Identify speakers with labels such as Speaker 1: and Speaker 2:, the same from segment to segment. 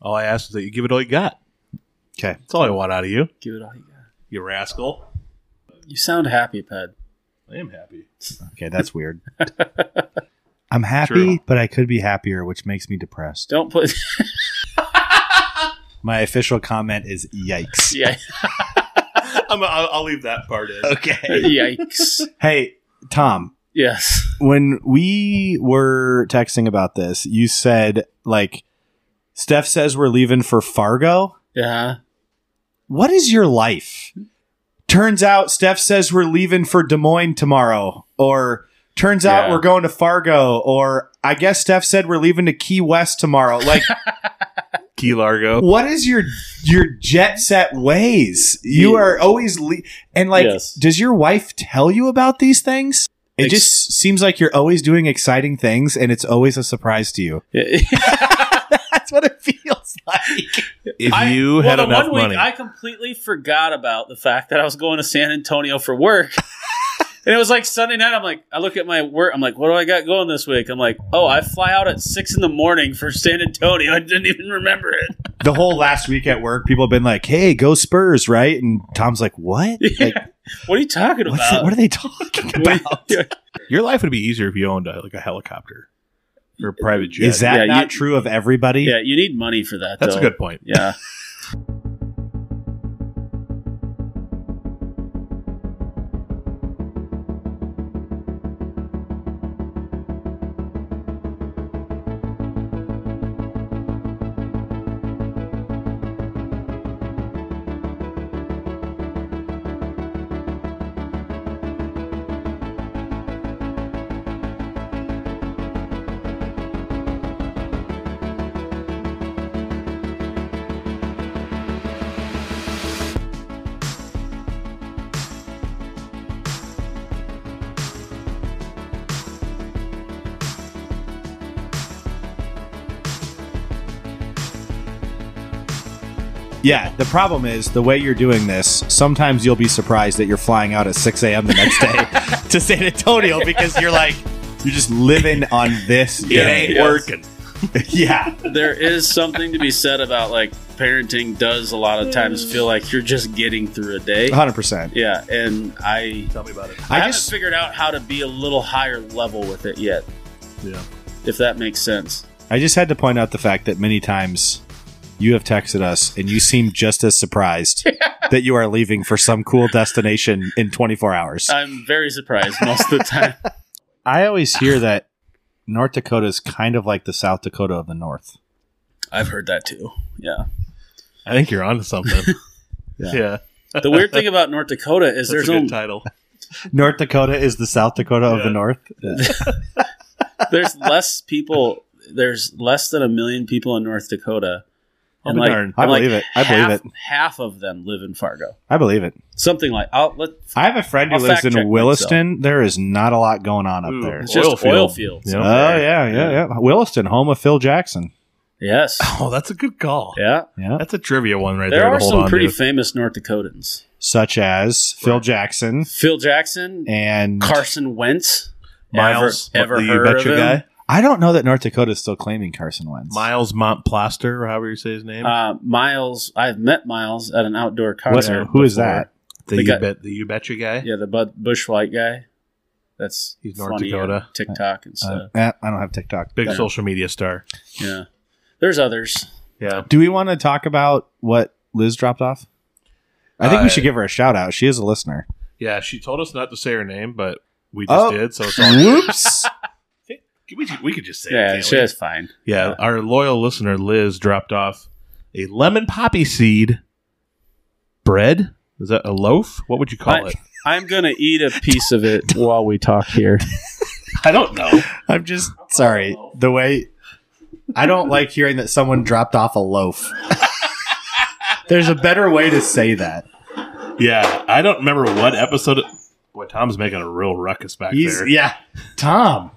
Speaker 1: All I ask is that you give it all you got.
Speaker 2: Okay.
Speaker 1: That's all I want out of you,
Speaker 3: Give it all you got.
Speaker 1: you rascal.
Speaker 3: You sound happy, Ped.
Speaker 1: I am happy.
Speaker 2: Okay, that's weird. I'm happy,
Speaker 1: True.
Speaker 2: but I could be happier, which makes me depressed.
Speaker 3: Don't put.
Speaker 2: My official comment is yikes.
Speaker 3: yeah.
Speaker 1: I'm, I'll, I'll leave that part in.
Speaker 2: Okay.
Speaker 3: Yikes.
Speaker 2: hey, Tom,
Speaker 3: Yes.
Speaker 2: when we were texting about this, you said like Steph says we're leaving for Fargo.
Speaker 3: Yeah.
Speaker 2: What is your life? Turns out Steph says we're leaving for Des Moines tomorrow or turns out
Speaker 3: Yeah.
Speaker 2: we're going to Fargo or I guess Steph said we're leaving to Key West tomorrow. Like
Speaker 1: Key
Speaker 3: Oh.
Speaker 1: Largo.
Speaker 2: what is your your jet set ways? You
Speaker 3: Yeah.
Speaker 2: are always le- and like
Speaker 3: Yes.
Speaker 2: does your wife tell you about these things? It
Speaker 3: Ex-
Speaker 2: just seems like you're always doing exciting things and it's always a surprise to you. That's what it feels like.
Speaker 1: If
Speaker 3: I-
Speaker 1: you
Speaker 3: well,
Speaker 1: had
Speaker 3: the
Speaker 1: enough
Speaker 3: one week,
Speaker 1: money,
Speaker 3: I completely forgot about the fact that I was going to San Antonio for work. and it was like Sunday night. I'm like, I look at my work. I'm like, what do I got going this week? I'm like, oh, I fly out at six in the morning for San Antonio. I didn't even remember it.
Speaker 2: The whole last week at work, people have been like, "Hey, go Spurs!" Right? And Tom's like, "What? Like,
Speaker 3: What are you talking
Speaker 2: what's that-
Speaker 3: about?
Speaker 2: what are they talking
Speaker 3: What-
Speaker 2: about?"
Speaker 1: your life would be easier if you owned a, like a helicopter or a private jet.
Speaker 2: Is that
Speaker 3: Yeah,
Speaker 2: not
Speaker 3: you-
Speaker 2: true of everybody?
Speaker 3: yeah, you need money for that.
Speaker 1: That's
Speaker 3: though.
Speaker 1: a good point.
Speaker 3: Yeah.
Speaker 2: Yeah, the problem is the way you're doing this. Sometimes you'll be surprised that you're flying out at 6 a.m. the next day to San Antonio because you're like, you're just living on this.
Speaker 1: It
Speaker 2: day.
Speaker 1: ain't
Speaker 3: Yeah.
Speaker 1: working.
Speaker 2: yeah.
Speaker 3: there is something to be said about like parenting does a lot of times feel like you're just getting through a day.
Speaker 2: 100%.
Speaker 3: Yeah, and I
Speaker 1: Tell me about it.
Speaker 2: Uh-huh. I
Speaker 3: haven't
Speaker 2: just,
Speaker 3: figured out how to be a little higher level with it yet.
Speaker 1: Yeah.
Speaker 3: If that makes sense.
Speaker 2: I just had to point out the fact that many times you have texted us and you seem just as surprised that you are leaving for some cool destination in 24 hours.
Speaker 3: I'm very surprised most of the time.
Speaker 2: I always hear that North Dakota is kind of like the South Dakota of the North.
Speaker 3: I've heard that too. Yeah.
Speaker 1: I think you're onto something.
Speaker 2: Yeah.
Speaker 3: The weird thing about North Dakota is
Speaker 1: That's
Speaker 3: there's
Speaker 1: a good
Speaker 3: only
Speaker 1: title.
Speaker 2: North Dakota is the South Dakota of
Speaker 1: Yeah.
Speaker 2: the North.
Speaker 3: there's less people there's less than a million people in North Dakota.
Speaker 1: I'll be darned.
Speaker 2: I
Speaker 3: I'm like,
Speaker 2: believe it. I believe
Speaker 3: half-
Speaker 2: it.
Speaker 3: Half of them live in Fargo.
Speaker 2: I believe it.
Speaker 3: Something like I'll let
Speaker 2: I have a friend who
Speaker 3: I'll
Speaker 2: lives
Speaker 3: fact check
Speaker 2: in
Speaker 3: myself.
Speaker 2: Williston. There is not a lot going on up
Speaker 1: Ooh.
Speaker 2: there.
Speaker 3: It's just
Speaker 1: Oil
Speaker 3: oil,
Speaker 1: field.
Speaker 3: fields.
Speaker 1: Yeah.
Speaker 2: Oh
Speaker 1: up
Speaker 2: yeah, yeah, yeah. Williston, home of Phil Jackson.
Speaker 3: Yes.
Speaker 1: Oh, that's a good call.
Speaker 3: Yeah.
Speaker 2: Yeah,
Speaker 1: That's a trivia one right there.
Speaker 3: there
Speaker 1: to
Speaker 3: are
Speaker 1: hold
Speaker 3: some
Speaker 1: on
Speaker 3: pretty
Speaker 1: to.
Speaker 3: famous North Dakotans.
Speaker 2: such as Phil Jackson
Speaker 3: Phil Jackson,
Speaker 2: and
Speaker 3: Carson Wentz.
Speaker 1: Miles,
Speaker 3: ever, ever
Speaker 1: the
Speaker 3: heard
Speaker 1: Betcha
Speaker 3: of him?
Speaker 1: guy.
Speaker 2: I don't know that North Dakota is still claiming Carson Wentz.
Speaker 1: Miles Montplaster, or however you say his name.
Speaker 3: Uh, Miles, I've met Miles at an outdoor
Speaker 2: What-
Speaker 3: concert.
Speaker 2: who is
Speaker 3: before.
Speaker 2: that?
Speaker 1: the,
Speaker 3: the
Speaker 1: you
Speaker 3: guy-
Speaker 1: bet, the you betcha guy.
Speaker 3: Yeah, the Bud Bushlight guy. That's
Speaker 1: He's North
Speaker 3: funny on
Speaker 1: Dakota.
Speaker 3: TikTok and
Speaker 2: Uh,
Speaker 3: stuff.
Speaker 2: eh, I don't have TikTok.
Speaker 1: Big social media star.
Speaker 3: yeah, there's others.
Speaker 1: Yeah.
Speaker 2: Do we want to talk about what Liz dropped off? I think we
Speaker 1: Uh,
Speaker 2: should give her a shout out. She is a listener.
Speaker 1: Yeah, she told us not to say her name, but we just
Speaker 2: Oh.
Speaker 1: did. So it's all.
Speaker 2: Whoops.
Speaker 1: We, we could just say it.
Speaker 3: Yeah,
Speaker 1: can't
Speaker 3: she
Speaker 1: we?
Speaker 3: is fine.
Speaker 1: Yeah, our loyal listener Liz dropped off a lemon poppy seed bread. Is that a loaf? What would you call
Speaker 3: I-
Speaker 1: it?
Speaker 3: I'm gonna eat a piece of it while we talk here.
Speaker 1: I don't know.
Speaker 2: I'm just sorry. The way I don't like hearing that someone dropped off a loaf. There's a better way to say that.
Speaker 1: Yeah, I don't remember what episode. Boy, Tom's making a real ruckus back
Speaker 2: He's
Speaker 1: there.
Speaker 2: yeah, Tom.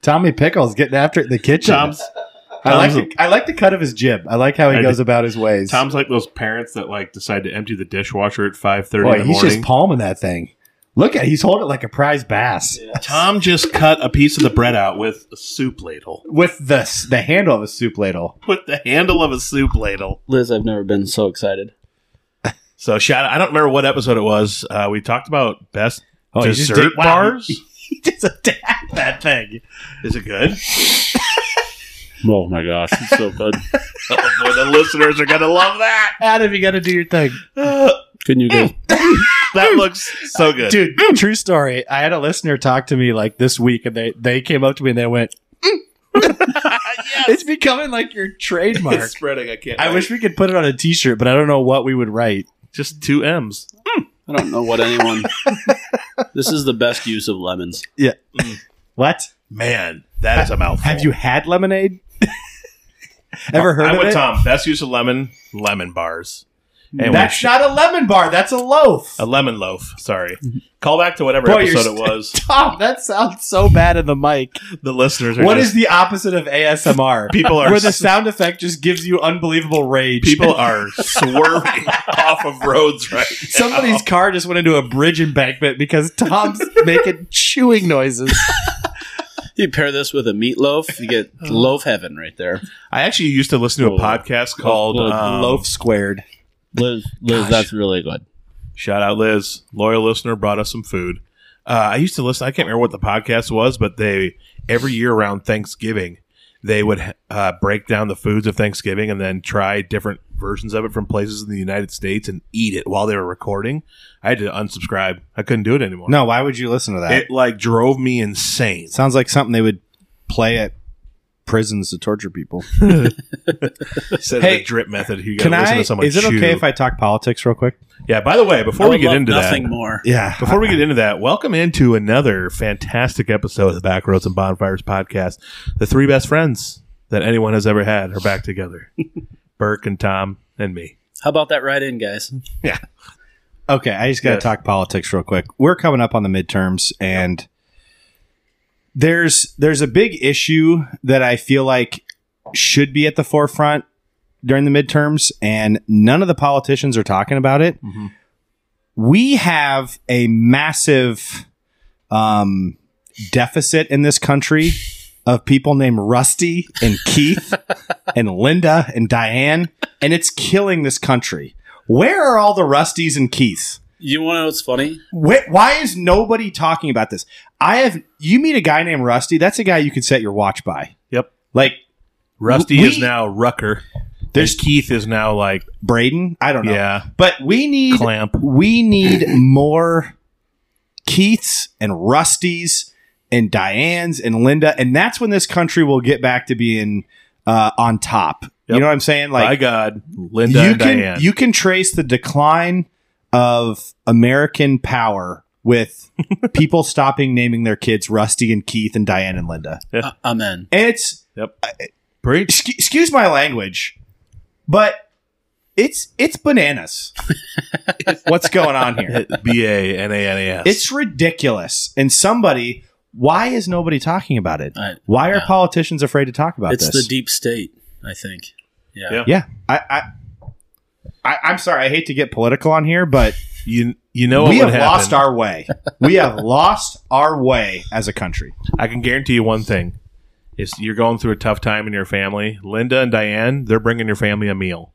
Speaker 2: Tommy Pickles getting after it in the kitchen.
Speaker 1: Tom's
Speaker 2: I like
Speaker 1: Tom's-
Speaker 2: the, I like the cut of his jib. I like how he
Speaker 1: I
Speaker 2: goes
Speaker 1: do-
Speaker 2: about his ways.
Speaker 1: Tom's like those parents that like decide to empty the dishwasher at five thirty in
Speaker 2: boy,
Speaker 1: the
Speaker 2: he's
Speaker 1: morning.
Speaker 2: just palming that thing. Look at he's holding it like a prize bass
Speaker 1: Tom just cut a piece of the bread out with a soup ladle.
Speaker 2: with the s- the handle of a soup ladle.
Speaker 1: With the handle of a soup ladle.
Speaker 3: Liz, I've never been so excited.
Speaker 1: So shout out. I don't remember what episode it was. Uh, we talked about best
Speaker 2: Oh, he just
Speaker 1: dessert
Speaker 2: did- wow.
Speaker 1: bars.
Speaker 2: He just attacked that thing.
Speaker 1: Is it good?
Speaker 3: Oh my gosh, it's so good.
Speaker 1: oh boy, the listeners are gonna love that.
Speaker 2: Adam, you got to do your thing.
Speaker 3: Couldn't you guys?
Speaker 1: that looks so good. Hmm.
Speaker 2: Dude, true story. I had a listener talk to me like this week, and they they came up to me and they went,
Speaker 1: yes.
Speaker 2: "It's becoming like your trademark."
Speaker 1: It's Uh, spreading. I can't.
Speaker 2: I wish we could put it on a T-shirt, but I don't know what we would write.
Speaker 1: just two M's.
Speaker 3: I don't know what anyone. this is the best use of lemons.
Speaker 2: What?
Speaker 1: Man, that is a mouthful.
Speaker 2: Have you had lemonade? Ever heard
Speaker 1: I'm
Speaker 2: of
Speaker 1: with
Speaker 2: it?
Speaker 1: Tom. Best use of lemon, lemon bars. Anyway,
Speaker 2: That's not a lemon bar. That's a loaf.
Speaker 1: a lemon loaf. Sorry. Call back to whatever
Speaker 2: Mm-hmm. Boy, you're
Speaker 1: episode it
Speaker 2: st-
Speaker 1: was.
Speaker 2: Tom, that sounds so bad in the mic.
Speaker 1: The listeners are
Speaker 2: What is
Speaker 1: just,
Speaker 2: the opposite of ASMR?
Speaker 1: people are
Speaker 2: Where the sound effect just gives you unbelievable rage.
Speaker 1: people are swerving off of roads right. now.
Speaker 2: Somebody's
Speaker 1: Oh.
Speaker 2: car just went into a bridge embankment because Tom's making chewing noises.
Speaker 3: You pair this with a meatloaf, you get
Speaker 1: Oh.
Speaker 3: loaf heaven right there.
Speaker 1: I actually used to listen to a
Speaker 3: Cool.
Speaker 1: podcast called
Speaker 3: Cool.
Speaker 1: um,
Speaker 2: Loaf squared.
Speaker 3: Liz, Liz
Speaker 1: Gosh.
Speaker 3: that's really good.
Speaker 1: Shout out Liz, loyal listener, brought us some food. Uh, I used to listen. I can't remember what the podcast was, but they every year around Thanksgiving they would uh, break down the foods of Thanksgiving and then try different versions of it from places in the United States and eat it while they were recording. I had to unsubscribe. I couldn't do it anymore.
Speaker 2: No, why would you listen to that?
Speaker 1: it like drove me insane.
Speaker 2: sounds like something they would play at prisons to torture people.
Speaker 1: Instead
Speaker 2: Hey,
Speaker 1: of the drip method, you got to
Speaker 2: Can
Speaker 1: listen
Speaker 2: I?
Speaker 1: to someone.
Speaker 2: Is it
Speaker 1: chew.
Speaker 2: okay if I talk politics real quick?
Speaker 1: Yeah. By the way, before
Speaker 3: I
Speaker 1: we
Speaker 3: would
Speaker 1: get
Speaker 3: love
Speaker 1: into that,
Speaker 3: nothing more.
Speaker 2: Yeah.
Speaker 1: Before we get into that, welcome into another fantastic episode of the Backroads and Bonfires podcast. The three best friends that anyone has ever had are back together. Burke and Tom and me.
Speaker 3: How about that right in, guys?
Speaker 2: Okay, I just got to
Speaker 1: Yes.
Speaker 2: talk politics real quick. We're coming up on the midterms, and there's there's a big issue that I feel like should be at the forefront during the midterms, and none of the politicians are talking about it.
Speaker 1: Mhm.
Speaker 2: We have a massive um, deficit in this country of people named Rusty and Keith and Linda and Diane, and it's killing this country. Where are all the Rusties and Keiths?
Speaker 3: You want to know what's funny?
Speaker 2: Wh- why is nobody talking about this? I have you meet a guy named Rusty. That's a guy you could set your watch by.
Speaker 1: Yep.
Speaker 2: Like
Speaker 1: Rusty
Speaker 2: We-
Speaker 1: is now Rucker.
Speaker 2: There's-
Speaker 1: There's Keith is now like
Speaker 2: Braden, I don't know.
Speaker 1: yeah
Speaker 2: But we need
Speaker 1: clamp.
Speaker 2: we need more Keiths and Rusties and Dianes and Linda, and that's when this country will get back to being uh, on top. You
Speaker 1: Yep.
Speaker 2: know what I'm saying?
Speaker 1: By
Speaker 2: Like
Speaker 1: God,
Speaker 3: uh,
Speaker 1: Linda
Speaker 2: you
Speaker 1: and
Speaker 2: can
Speaker 1: Diane.
Speaker 2: you can trace the decline of American power with people stopping naming their kids Rusty and Keith and Diane and Linda.
Speaker 3: Uh, amen.
Speaker 2: It's
Speaker 1: Preach.
Speaker 2: excu- excuse my language, but it's it's bananas. What's going on here?
Speaker 1: B A N A N A S.
Speaker 2: It's ridiculous. And somebody, why is nobody talking about it?
Speaker 3: I-
Speaker 2: Why are
Speaker 3: yeah.
Speaker 2: politicians afraid to talk about
Speaker 3: It's
Speaker 2: this?
Speaker 3: the deep state, I think. Yeah.
Speaker 1: Yeah.
Speaker 2: yeah, I, I, I, I'm sorry. I hate to get political on here, but
Speaker 1: you you know what
Speaker 2: we have
Speaker 1: would happen.
Speaker 2: lost our way. We have lost our way as a country.
Speaker 1: I can guarantee you one thing: is you're going through a tough time in your family. Linda and Diane, they're bringing your family a meal.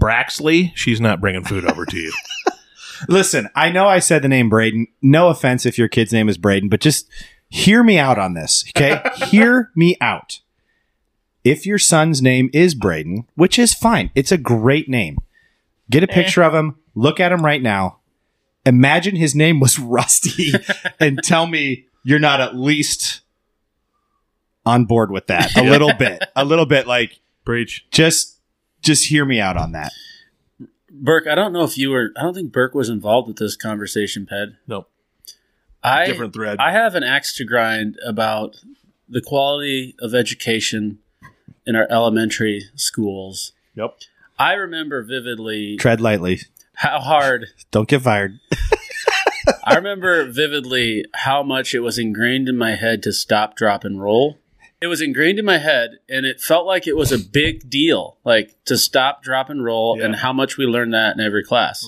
Speaker 1: Braxley, she's not bringing food over to you.
Speaker 2: Listen, I know I said the name Braden. No offense if your kid's name is Braden, but just hear me out on this, okay? hear me out. If your son's name is Braden, which is fine, it's a great name. Get a
Speaker 1: Eh.
Speaker 2: picture of him, look at him right now. Imagine his name was Rusty and tell me you're not at least on board with that a little bit. A little bit like
Speaker 1: Preach.
Speaker 2: just just hear me out on that.
Speaker 3: Burke, I don't know if you were, I don't think Burke was involved with this conversation, Ped.
Speaker 1: No,
Speaker 3: I,
Speaker 1: different thread.
Speaker 3: I have an axe to grind about the quality of education in our elementary schools.
Speaker 1: yep.
Speaker 3: I remember vividly
Speaker 2: Tread lightly.
Speaker 3: how hard
Speaker 2: Don't get fired.
Speaker 3: I remember vividly how much it was ingrained in my head to stop, drop, and roll. It was ingrained in my head, and it felt like it was a big deal, like to stop, drop, and roll,
Speaker 1: Yeah.
Speaker 3: Mm-hmm. and how much we learned that in every class.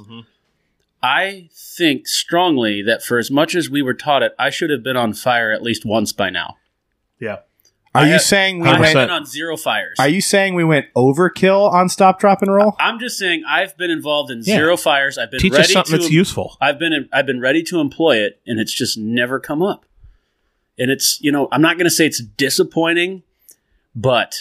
Speaker 3: I think strongly that for as much as we were taught it, I should have been on fire at least once by now.
Speaker 1: Yeah.
Speaker 2: Are
Speaker 3: I
Speaker 2: you
Speaker 3: have-
Speaker 2: saying we
Speaker 1: I
Speaker 3: I've
Speaker 1: have-
Speaker 2: went?
Speaker 3: been on zero fires.
Speaker 2: Are you saying we went overkill on stop, drop, and roll?
Speaker 3: I'm just saying I've been involved in
Speaker 1: Yeah.
Speaker 3: zero fires. I've been
Speaker 1: Teach
Speaker 3: ready
Speaker 1: us something
Speaker 3: to
Speaker 1: that's useful.
Speaker 3: I've been I've been ready to employ it, and it's just never come up. And it's you know I'm not going to say it's disappointing, but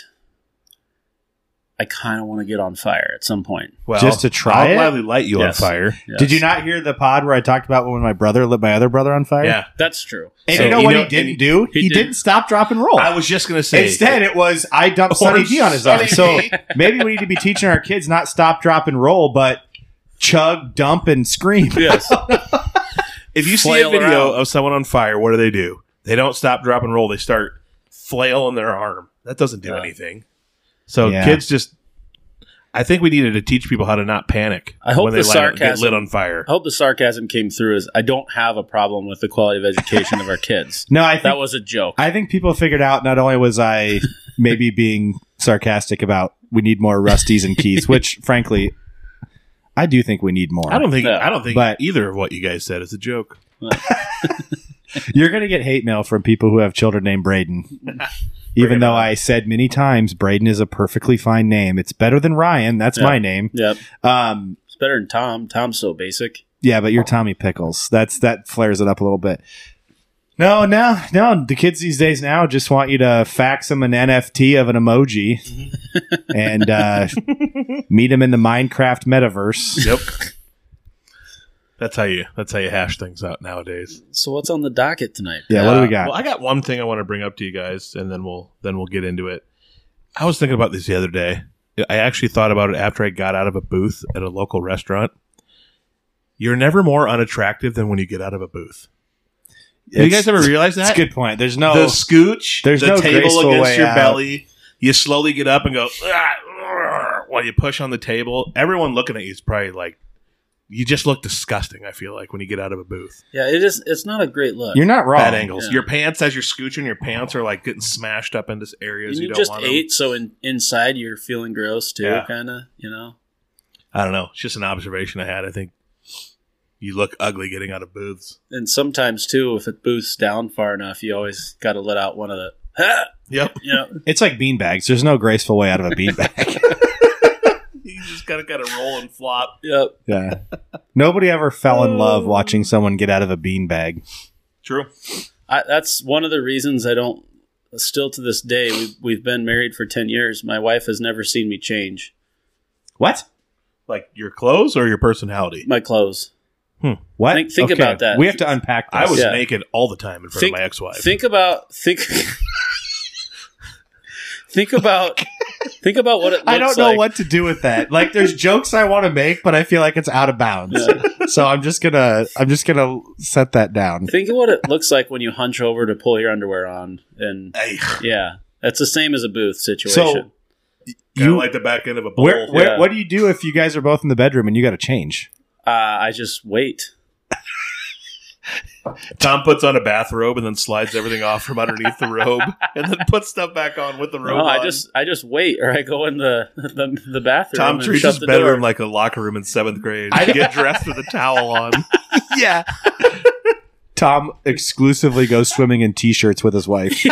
Speaker 3: I kind of want to get on fire at some point.
Speaker 1: Well,
Speaker 2: Just to try
Speaker 1: I'll
Speaker 2: it?
Speaker 1: gladly light you
Speaker 3: Yes.
Speaker 1: on fire.
Speaker 3: Yes.
Speaker 2: Did you not hear the pod where I talked about when my brother lit my other brother on fire?
Speaker 1: Yeah.
Speaker 3: That's true.
Speaker 2: And
Speaker 1: So-
Speaker 2: you know
Speaker 1: You
Speaker 2: what
Speaker 1: know-
Speaker 2: he didn't do?
Speaker 3: he
Speaker 2: He,
Speaker 3: didn't.
Speaker 2: didn't. stop, drop, and roll.
Speaker 1: I was just gonna say.
Speaker 2: Instead, it was I dumped Sunny D on his arm. So maybe we need to be teaching our kids not stop, drop, and roll, but chug, dump, and scream.
Speaker 3: Yes.
Speaker 1: if you see a
Speaker 3: flail
Speaker 1: video
Speaker 3: around.
Speaker 1: of someone on fire, what do they do? They don't stop, drop, and roll. They start flailing their arm. That doesn't do
Speaker 3: Yeah.
Speaker 1: anything. So
Speaker 2: Yeah.
Speaker 1: kids just. I think we needed to teach people how to not panic
Speaker 3: I hope
Speaker 1: when they
Speaker 3: the
Speaker 1: light- get
Speaker 3: sarcasm- Oh,
Speaker 1: lit on fire.
Speaker 3: I hope the sarcasm came through. As I don't have a problem with the quality of education of our kids.
Speaker 2: No, I
Speaker 3: That
Speaker 2: think
Speaker 3: was a joke.
Speaker 2: I think people figured out not only was I maybe being sarcastic about we need more rusties and keys, which frankly, I do think we need more.
Speaker 1: I don't think.
Speaker 3: Yeah.
Speaker 1: I don't think
Speaker 2: But-
Speaker 1: either of what you guys said is a joke.
Speaker 2: You're going to get hate mail from people who have children named Braden. Even
Speaker 1: it
Speaker 2: though
Speaker 1: on.
Speaker 2: I said many times, Braden is a perfectly fine name. It's better than Ryan. That's
Speaker 3: Yeah.
Speaker 2: my name.
Speaker 3: Yep.
Speaker 2: Um,
Speaker 3: It's better than Tom. Tom's so basic.
Speaker 2: yeah, but you're Tommy Pickles. That's that flares it up a little bit. No, no, no. The kids these days now just want you to fax them an NFT of an emoji
Speaker 3: Mm-hmm.
Speaker 2: and uh, meet them in the Minecraft metaverse.
Speaker 1: Yep. that's how you. That's how you hash things out nowadays.
Speaker 3: So what's on the docket tonight?
Speaker 2: Yeah, what do we got?
Speaker 1: Uh, Well, I got one thing I want to bring up to you guys, and then we'll then we'll get into it. I was thinking about this the other day. I actually thought about it after I got out of a booth at a local restaurant. You're never more unattractive than when you get out of a booth. Have you
Speaker 2: It's-
Speaker 1: guys ever realized
Speaker 2: It's
Speaker 1: that?
Speaker 2: a good point. There's no.
Speaker 1: The scooch,
Speaker 2: There's
Speaker 1: the
Speaker 2: no
Speaker 1: table
Speaker 2: graceful
Speaker 1: against
Speaker 2: way
Speaker 1: your
Speaker 2: out.
Speaker 1: belly. You slowly get up and go "Ah, argh," while you push on the table. Everyone looking at you is probably like, you just look disgusting. I feel like when you get out of a booth,
Speaker 3: Yeah, it is. It's not a great look.
Speaker 2: you're not wrong.
Speaker 1: bad angles.
Speaker 3: Yeah.
Speaker 1: Your pants as you're scooching, your pants are like getting smashed up into areas
Speaker 3: And
Speaker 1: you,
Speaker 3: you
Speaker 1: don't
Speaker 3: just
Speaker 1: want. 'em.
Speaker 3: ate, so in, inside you're feeling gross too,
Speaker 1: Yeah.
Speaker 3: kind of. You know.
Speaker 1: I don't know. It's just an observation I had. I think you look ugly getting out of booths.
Speaker 3: And sometimes too, if it boosts down far enough, you always got to let out one of the.
Speaker 1: Yep,
Speaker 3: You know,
Speaker 2: It's like beanbags. There's no graceful way out of a beanbag.
Speaker 1: you just gotta kind of roll and flop.
Speaker 3: yep.
Speaker 2: yeah. Nobody ever fell in
Speaker 3: Oh.
Speaker 2: love watching someone get out of a beanbag.
Speaker 1: True.
Speaker 3: I, that's one of the reasons I don't. Still to this day, we've, we've been married for ten years. My wife has never seen me change
Speaker 2: What?
Speaker 1: Like your clothes or your personality.
Speaker 3: my clothes.
Speaker 2: What?
Speaker 3: Think- think about that.
Speaker 2: We have to unpack this.
Speaker 1: I was
Speaker 3: Yeah.
Speaker 1: naked all the time in front
Speaker 3: Think-
Speaker 1: of my ex-wife.
Speaker 3: Think about think. think about think about what it. Looks
Speaker 2: I don't know
Speaker 3: like.
Speaker 2: what to do with that. Like, there's jokes I want to make, but I feel like it's out of bounds. So I'm just gonna, I'm just gonna set that down.
Speaker 3: Think of what it looks like when you hunch over to pull your underwear on, and
Speaker 1: Hey,
Speaker 3: yeah, that's the same as a booth situation.
Speaker 1: you
Speaker 2: You-
Speaker 1: like the back end of a bowl.
Speaker 2: Where, where,
Speaker 3: Yeah.
Speaker 2: what do you do if you guys are both in the bedroom and you got to change?
Speaker 3: uh, I just wait.
Speaker 1: Tom puts on a bathrobe and then slides everything off from underneath the robe, and then puts stuff back on with the robe.
Speaker 3: No, Oh, I
Speaker 1: on.
Speaker 3: just I just wait, or I go in the the, the bathroom.
Speaker 1: Tom
Speaker 3: and
Speaker 1: treats
Speaker 3: shut
Speaker 1: his
Speaker 3: the
Speaker 1: bedroom
Speaker 3: door.
Speaker 1: like a locker room in seventh grade. I get dressed with a towel on.
Speaker 2: yeah. Tom exclusively goes swimming in t-shirts with his wife.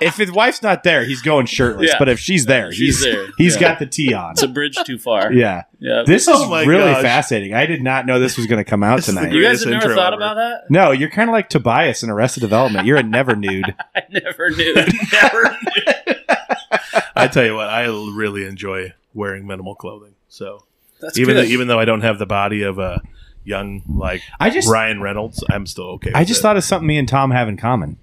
Speaker 2: If his wife's not there, he's going shirtless.
Speaker 3: Yeah.
Speaker 2: But if she's there,
Speaker 3: She's
Speaker 2: he's
Speaker 3: there.
Speaker 2: he's
Speaker 3: Yeah.
Speaker 2: got the tee on.
Speaker 3: It's a bridge too far.
Speaker 2: Yeah.
Speaker 3: yeah.
Speaker 2: This is
Speaker 1: Oh my
Speaker 2: really
Speaker 1: gosh.
Speaker 2: fascinating. I did not know this was going to come out
Speaker 1: This is the
Speaker 2: tonight.
Speaker 3: you guys
Speaker 1: greatest
Speaker 3: have never
Speaker 1: intro
Speaker 3: thought
Speaker 1: ever.
Speaker 3: about that?
Speaker 2: No, you're kind of like Tobias in Arrested Development. You're a never nude.
Speaker 3: I never knew.
Speaker 1: I tell you what, I l- really enjoy wearing minimal clothing. So
Speaker 3: That's
Speaker 1: even though,
Speaker 3: good.
Speaker 1: even though I don't have the body of a young like
Speaker 2: I just,
Speaker 1: Ryan Reynolds, I'm still okay.
Speaker 2: I
Speaker 1: with
Speaker 2: just
Speaker 1: it.
Speaker 2: thought of something me and Tom have in common.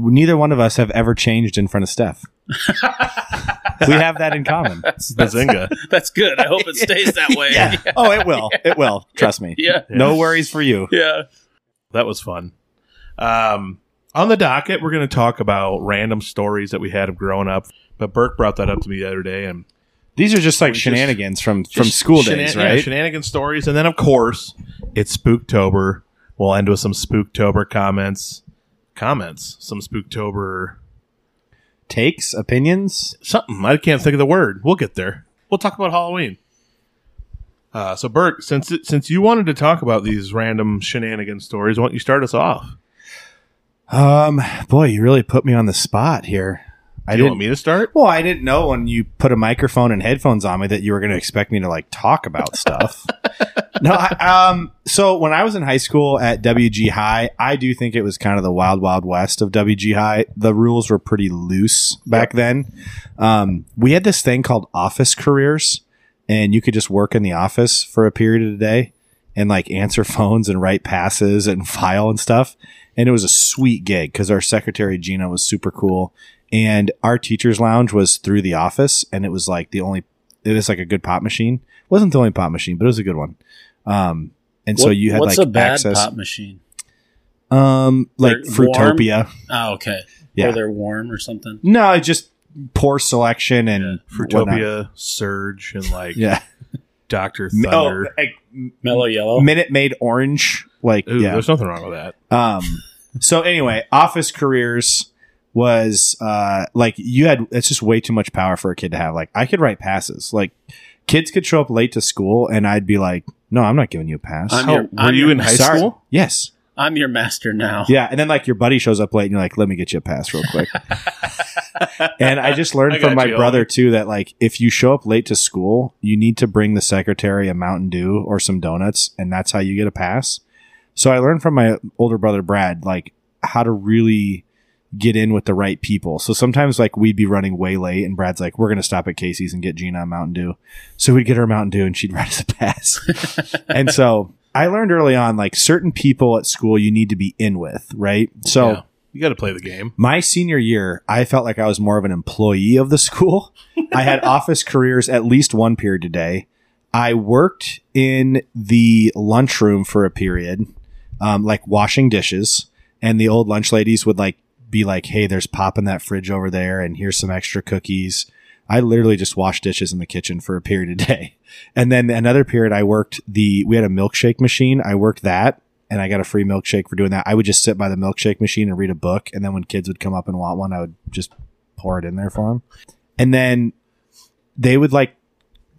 Speaker 2: Neither one of us have ever changed in front of Steph. we have that in common.
Speaker 1: Bazinga.
Speaker 3: that's good. I hope it stays that way.
Speaker 2: Yeah. Oh, it will. It will. Trust me.
Speaker 3: yeah,
Speaker 2: No worries for you.
Speaker 3: yeah.
Speaker 1: that was fun. Um, on the docket, we're going to talk about random stories that we had of growing up. But Burke brought that up to me the other day, and
Speaker 2: These are just like
Speaker 1: just-
Speaker 2: shenanigans from from
Speaker 1: Just
Speaker 2: school
Speaker 1: shenan-
Speaker 2: days,
Speaker 1: yeah,
Speaker 2: right?
Speaker 1: shenanigan stories, and then of course it's Spooktober. We'll end with some Spooktober comments, comments, some Spooktober
Speaker 2: Takes, opinions.
Speaker 1: something. I can't think of the word. We'll get there. We'll talk about Halloween. Uh, so, Bert, since since you wanted to talk about these random shenanigan stories, why don't you start us off?
Speaker 2: Um, boy, you really put me on the spot here. I
Speaker 1: Do you
Speaker 2: didn't.
Speaker 1: want me to start?
Speaker 2: well, I didn't know when you put a microphone and headphones on me that you were going to expect me to like talk about stuff. no, I, um, so when I was in high school at WG High, I do think it was kind of the wild, wild west of WG High. The rules were pretty loose back then. Um, we had this thing called office careers, and you could just work in the office for a period of the day and like answer phones and write passes and file and stuff. And it was a sweet gig because our secretary Gina was super cool, and our teachers' lounge was through the office, and it was like the only. It was like a good pop machine. wasn't the only pop machine, but it was a good one. Um, and so
Speaker 3: What-
Speaker 2: you had
Speaker 3: what's
Speaker 2: like
Speaker 3: a bad
Speaker 2: access,
Speaker 3: pop machine?
Speaker 2: um, like
Speaker 3: They're warm?
Speaker 2: Fruitopia.
Speaker 3: Oh, okay.
Speaker 2: Yeah.
Speaker 3: Or they're warm or something.
Speaker 2: No, it just poor selection and whatnot.
Speaker 1: Fruitopia, Surge, and like
Speaker 2: Yeah.
Speaker 1: Doctor
Speaker 2: Oh,
Speaker 1: Thunder.
Speaker 2: like
Speaker 3: Mellow yellow.
Speaker 2: Minute Made Orange. Like
Speaker 1: Ooh,
Speaker 2: yeah.
Speaker 1: There's nothing wrong with that.
Speaker 2: Um, so anyway, office careers was uh, like you had it's just way too much power for a kid to have. Like I could write passes. Like kids could show up late to school and I'd be like, No, I'm not giving you a pass.
Speaker 3: I'm
Speaker 1: Oh,
Speaker 3: your-
Speaker 1: were
Speaker 3: I'm
Speaker 1: you
Speaker 3: your-
Speaker 1: in high
Speaker 2: Sorry.
Speaker 1: school?
Speaker 2: Yes.
Speaker 3: I'm your master now.
Speaker 2: Yeah. And then like your buddy shows up late and you're like, Let me get you a pass real quick. and I just learned
Speaker 1: I
Speaker 2: from
Speaker 1: got
Speaker 2: my
Speaker 1: you.
Speaker 2: brother too that like if you show up late to school, you need to bring the secretary a Mountain Dew or some donuts, and that's how you get a pass. So I learned from my older brother Brad like how to really get in with the right people. So sometimes like we'd be running way late, and Brad's like, "We're gonna stop at Casey's and get Gina a Mountain Dew." So we'd get her a Mountain Dew, and she'd write us a pass. and so I learned early on like certain people at school you need to be in with, right? So.
Speaker 1: Yeah. You got to play the game.
Speaker 2: My senior year, I felt like I was more of an employee of the school. I had office careers at least one period a day. I worked in the lunchroom for a period, um, like washing dishes. And the old lunch ladies would like be like, "Hey, there's pop in that fridge over there, and here's some extra cookies." I literally just washed dishes in the kitchen for a period a day. And then another period, I worked the we had a milkshake machine. I worked that and I got a free milkshake for doing that. I would just sit by the milkshake machine and read a book, and then when kids would come up and want one, I would just pour it in there for them. And then they would like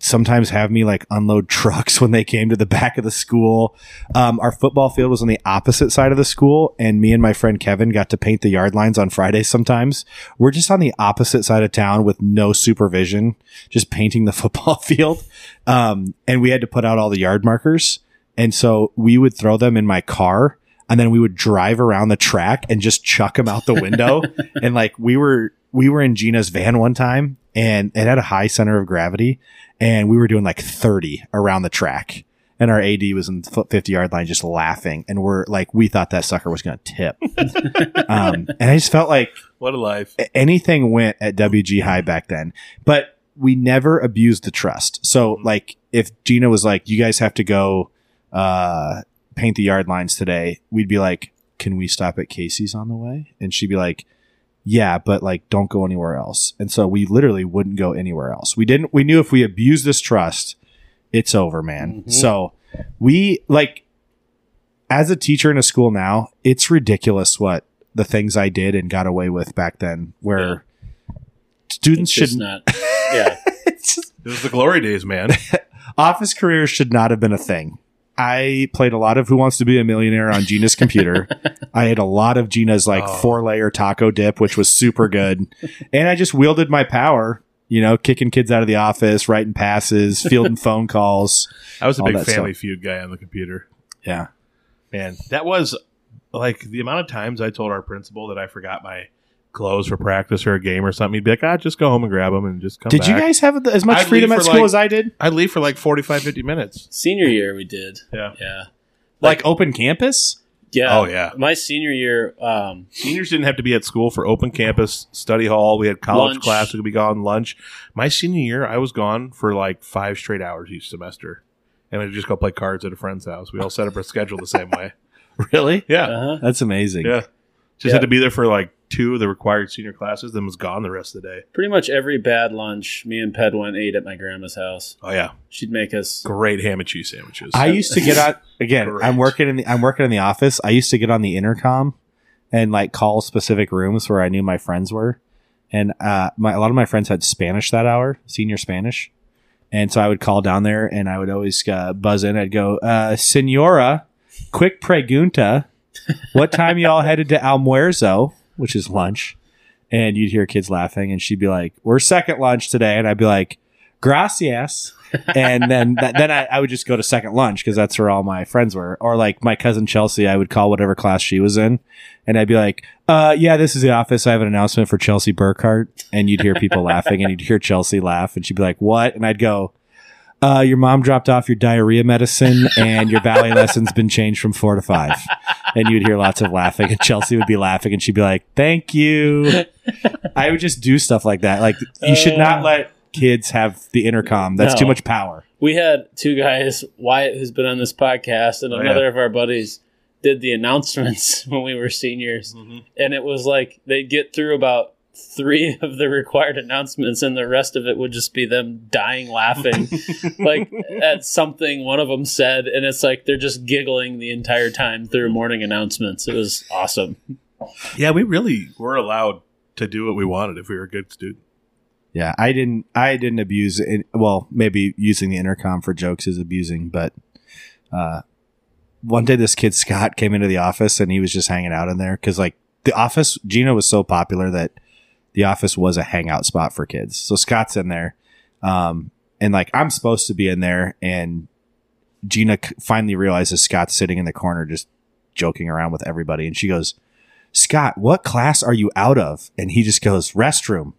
Speaker 2: sometimes have me like unload trucks when they came to the back of the school. Um, our football field was on the opposite side of the school, and me and my friend Kevin got to paint the yard lines on Fridays. Sometimes we're just on the opposite side of town with no supervision, just painting the football field, um, and we had to put out all the yard markers. And so we would throw them in my car and then we would drive around the track and just chuck them out the window. and like we were, we were in Gina's van one time and it had a high center of gravity and we were doing like 30 around the track. And our AD was in the fo- 50 yard line just laughing. And we're like, we thought that sucker was going to tip. um, and I just felt like,
Speaker 1: What a life.
Speaker 2: a- anything went at WG High back then, but we never abused the trust. So like if Gina was like, you guys have to go uh, paint the yard lines today, we'd be like, can we stop at Casey's on the way? And she'd be like, yeah, but like don't go anywhere else. And so we literally wouldn't go anywhere else. We didn't, we knew if we abused this trust, it's over, man.
Speaker 3: Mhm.
Speaker 2: So we like, as a teacher in a school now, it's ridiculous what the things I did and got away with back then, where students
Speaker 3: It's just
Speaker 2: should
Speaker 3: not. Yeah.
Speaker 2: it's just-
Speaker 1: It was the glory days, man.
Speaker 2: office careers should not have been a thing. I played a lot of Who Wants to Be a Millionaire on Gina's computer. I ate a lot of Gina's like
Speaker 1: Oh.
Speaker 2: four layer taco dip, which was super good. and I just wielded my power, you know, kicking kids out of the office, writing passes, fielding phone calls.
Speaker 1: I was a
Speaker 2: All
Speaker 1: big
Speaker 2: that
Speaker 1: Family Feud guy on the computer.
Speaker 2: Yeah.
Speaker 1: Man, that was like the amount of times I told our principal that I forgot my clothes for practice or a game or something. He'd be like, ah, just go home and grab them and just come
Speaker 2: Did you
Speaker 1: back."
Speaker 2: guys have as much
Speaker 1: I'd
Speaker 2: freedom
Speaker 1: leave
Speaker 2: at
Speaker 1: for,
Speaker 2: school
Speaker 1: like-
Speaker 2: as I did?
Speaker 1: I'd leave for like 45, 50 minutes.
Speaker 3: Senior year we did.
Speaker 1: Yeah.
Speaker 3: Yeah.
Speaker 2: Like, open campus?
Speaker 3: Yeah.
Speaker 1: Oh, yeah.
Speaker 3: My senior year, um,
Speaker 1: Seniors didn't have to be at school for open campus, study hall. We had college
Speaker 3: Lunch.
Speaker 1: class. We could be gone lunch. My senior year, I was gone for like five straight hours each semester. And we'd just go play cards at a friend's house. We all set up our schedule the same way.
Speaker 2: Really?
Speaker 1: Yeah.
Speaker 3: uh-huh.
Speaker 2: That's amazing.
Speaker 1: Yeah. Just
Speaker 3: Yeah.
Speaker 1: had to be there for like two of the required senior classes, then was gone the rest of the day.
Speaker 3: pretty much every bad lunch me and Pedwin ate at my grandma's house.
Speaker 1: Oh, yeah.
Speaker 3: She'd make us.
Speaker 1: Great ham and cheese sandwiches.
Speaker 2: I used to get on again.
Speaker 1: Correct.
Speaker 2: I'm working in the I'm working in the office. I used to get on the intercom and like call specific rooms where I knew my friends were, and uh, my a lot of my friends had Spanish that hour, senior Spanish, And so I would call down there and I would always uh, buzz in. I'd go, uh, Senora, quick pregunta. What time y'all headed to Almuerzo, which is lunch? And you'd hear kids laughing and she'd be like, we're second lunch today. And I'd be like, gracias. And then th- then I, I would just go to second lunch because that's where all my friends were. Or like my cousin Chelsea, I would call whatever class she was in. And I'd be like, uh, yeah, this is the office. I have an announcement for Chelsea Burkhart. And you'd hear people laughing and you'd hear Chelsea laugh. And she'd be like, what? And I'd go, uh, your mom dropped off your diarrhea medicine and your ballet lessons been changed from four to five. And you'd hear lots of laughing and Chelsea would be laughing and she'd be like, thank you. I would just do stuff like that. Like you should not
Speaker 3: Uh.
Speaker 2: let kids have the intercom. That's too
Speaker 3: No.
Speaker 2: much power.
Speaker 3: we had two guys, Wyatt, who's been on this podcast, and
Speaker 1: Oh,
Speaker 3: another of our buddies did the announcements when we were seniors.
Speaker 1: Mm-hmm.
Speaker 3: And it was like they'd get through about three of the required announcements, and the rest of it would just be them dying laughing, like at something one of them said. And it's like they're just giggling the entire time through morning announcements. It was awesome.
Speaker 1: Yeah, we really were allowed to do what we wanted if we were a good student.
Speaker 2: Yeah, I didn't. I didn't abuse. It. Well, maybe using the intercom for jokes is abusing, but uh, one day this kid Scott came into the office and he was just hanging out in there because like the office Gina was so popular that the office was a hangout spot for kids. So Scott's in there, um, and like I'm supposed to be in there, and Gina c- finally realizes Scott's sitting in the corner just joking around with everybody, and she goes, "Scott, what class are you out of?" And he just goes, "Restroom."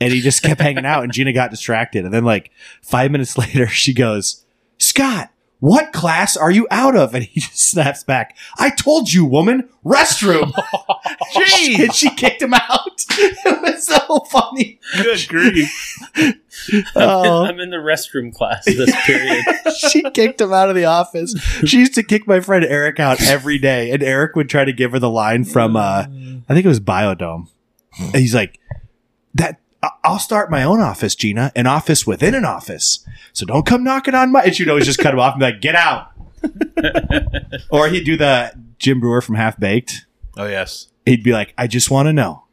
Speaker 2: and he just kept hanging out and Gina got distracted. And then like five minutes later, she goes, Scott, what class are you out of? And he just snaps back, I told you, woman, restroom. Jeez. And she kicked him out. It was so funny.
Speaker 1: Good grief.
Speaker 2: Oh,
Speaker 3: I'm in the restroom class this period.
Speaker 2: she kicked him out of the office. She used to kick my friend Eric out every day. And Eric would try to give her the line from, uh, I think it was Biodome. And he's like, that I- I'll start my own office, Gina, an office within an office. So don't come knocking on my. And she'd always just cut him off and be like, get out. or he'd do the Jim Brewer from Half Baked.
Speaker 1: Oh, yes.
Speaker 2: He'd be like, I just want to know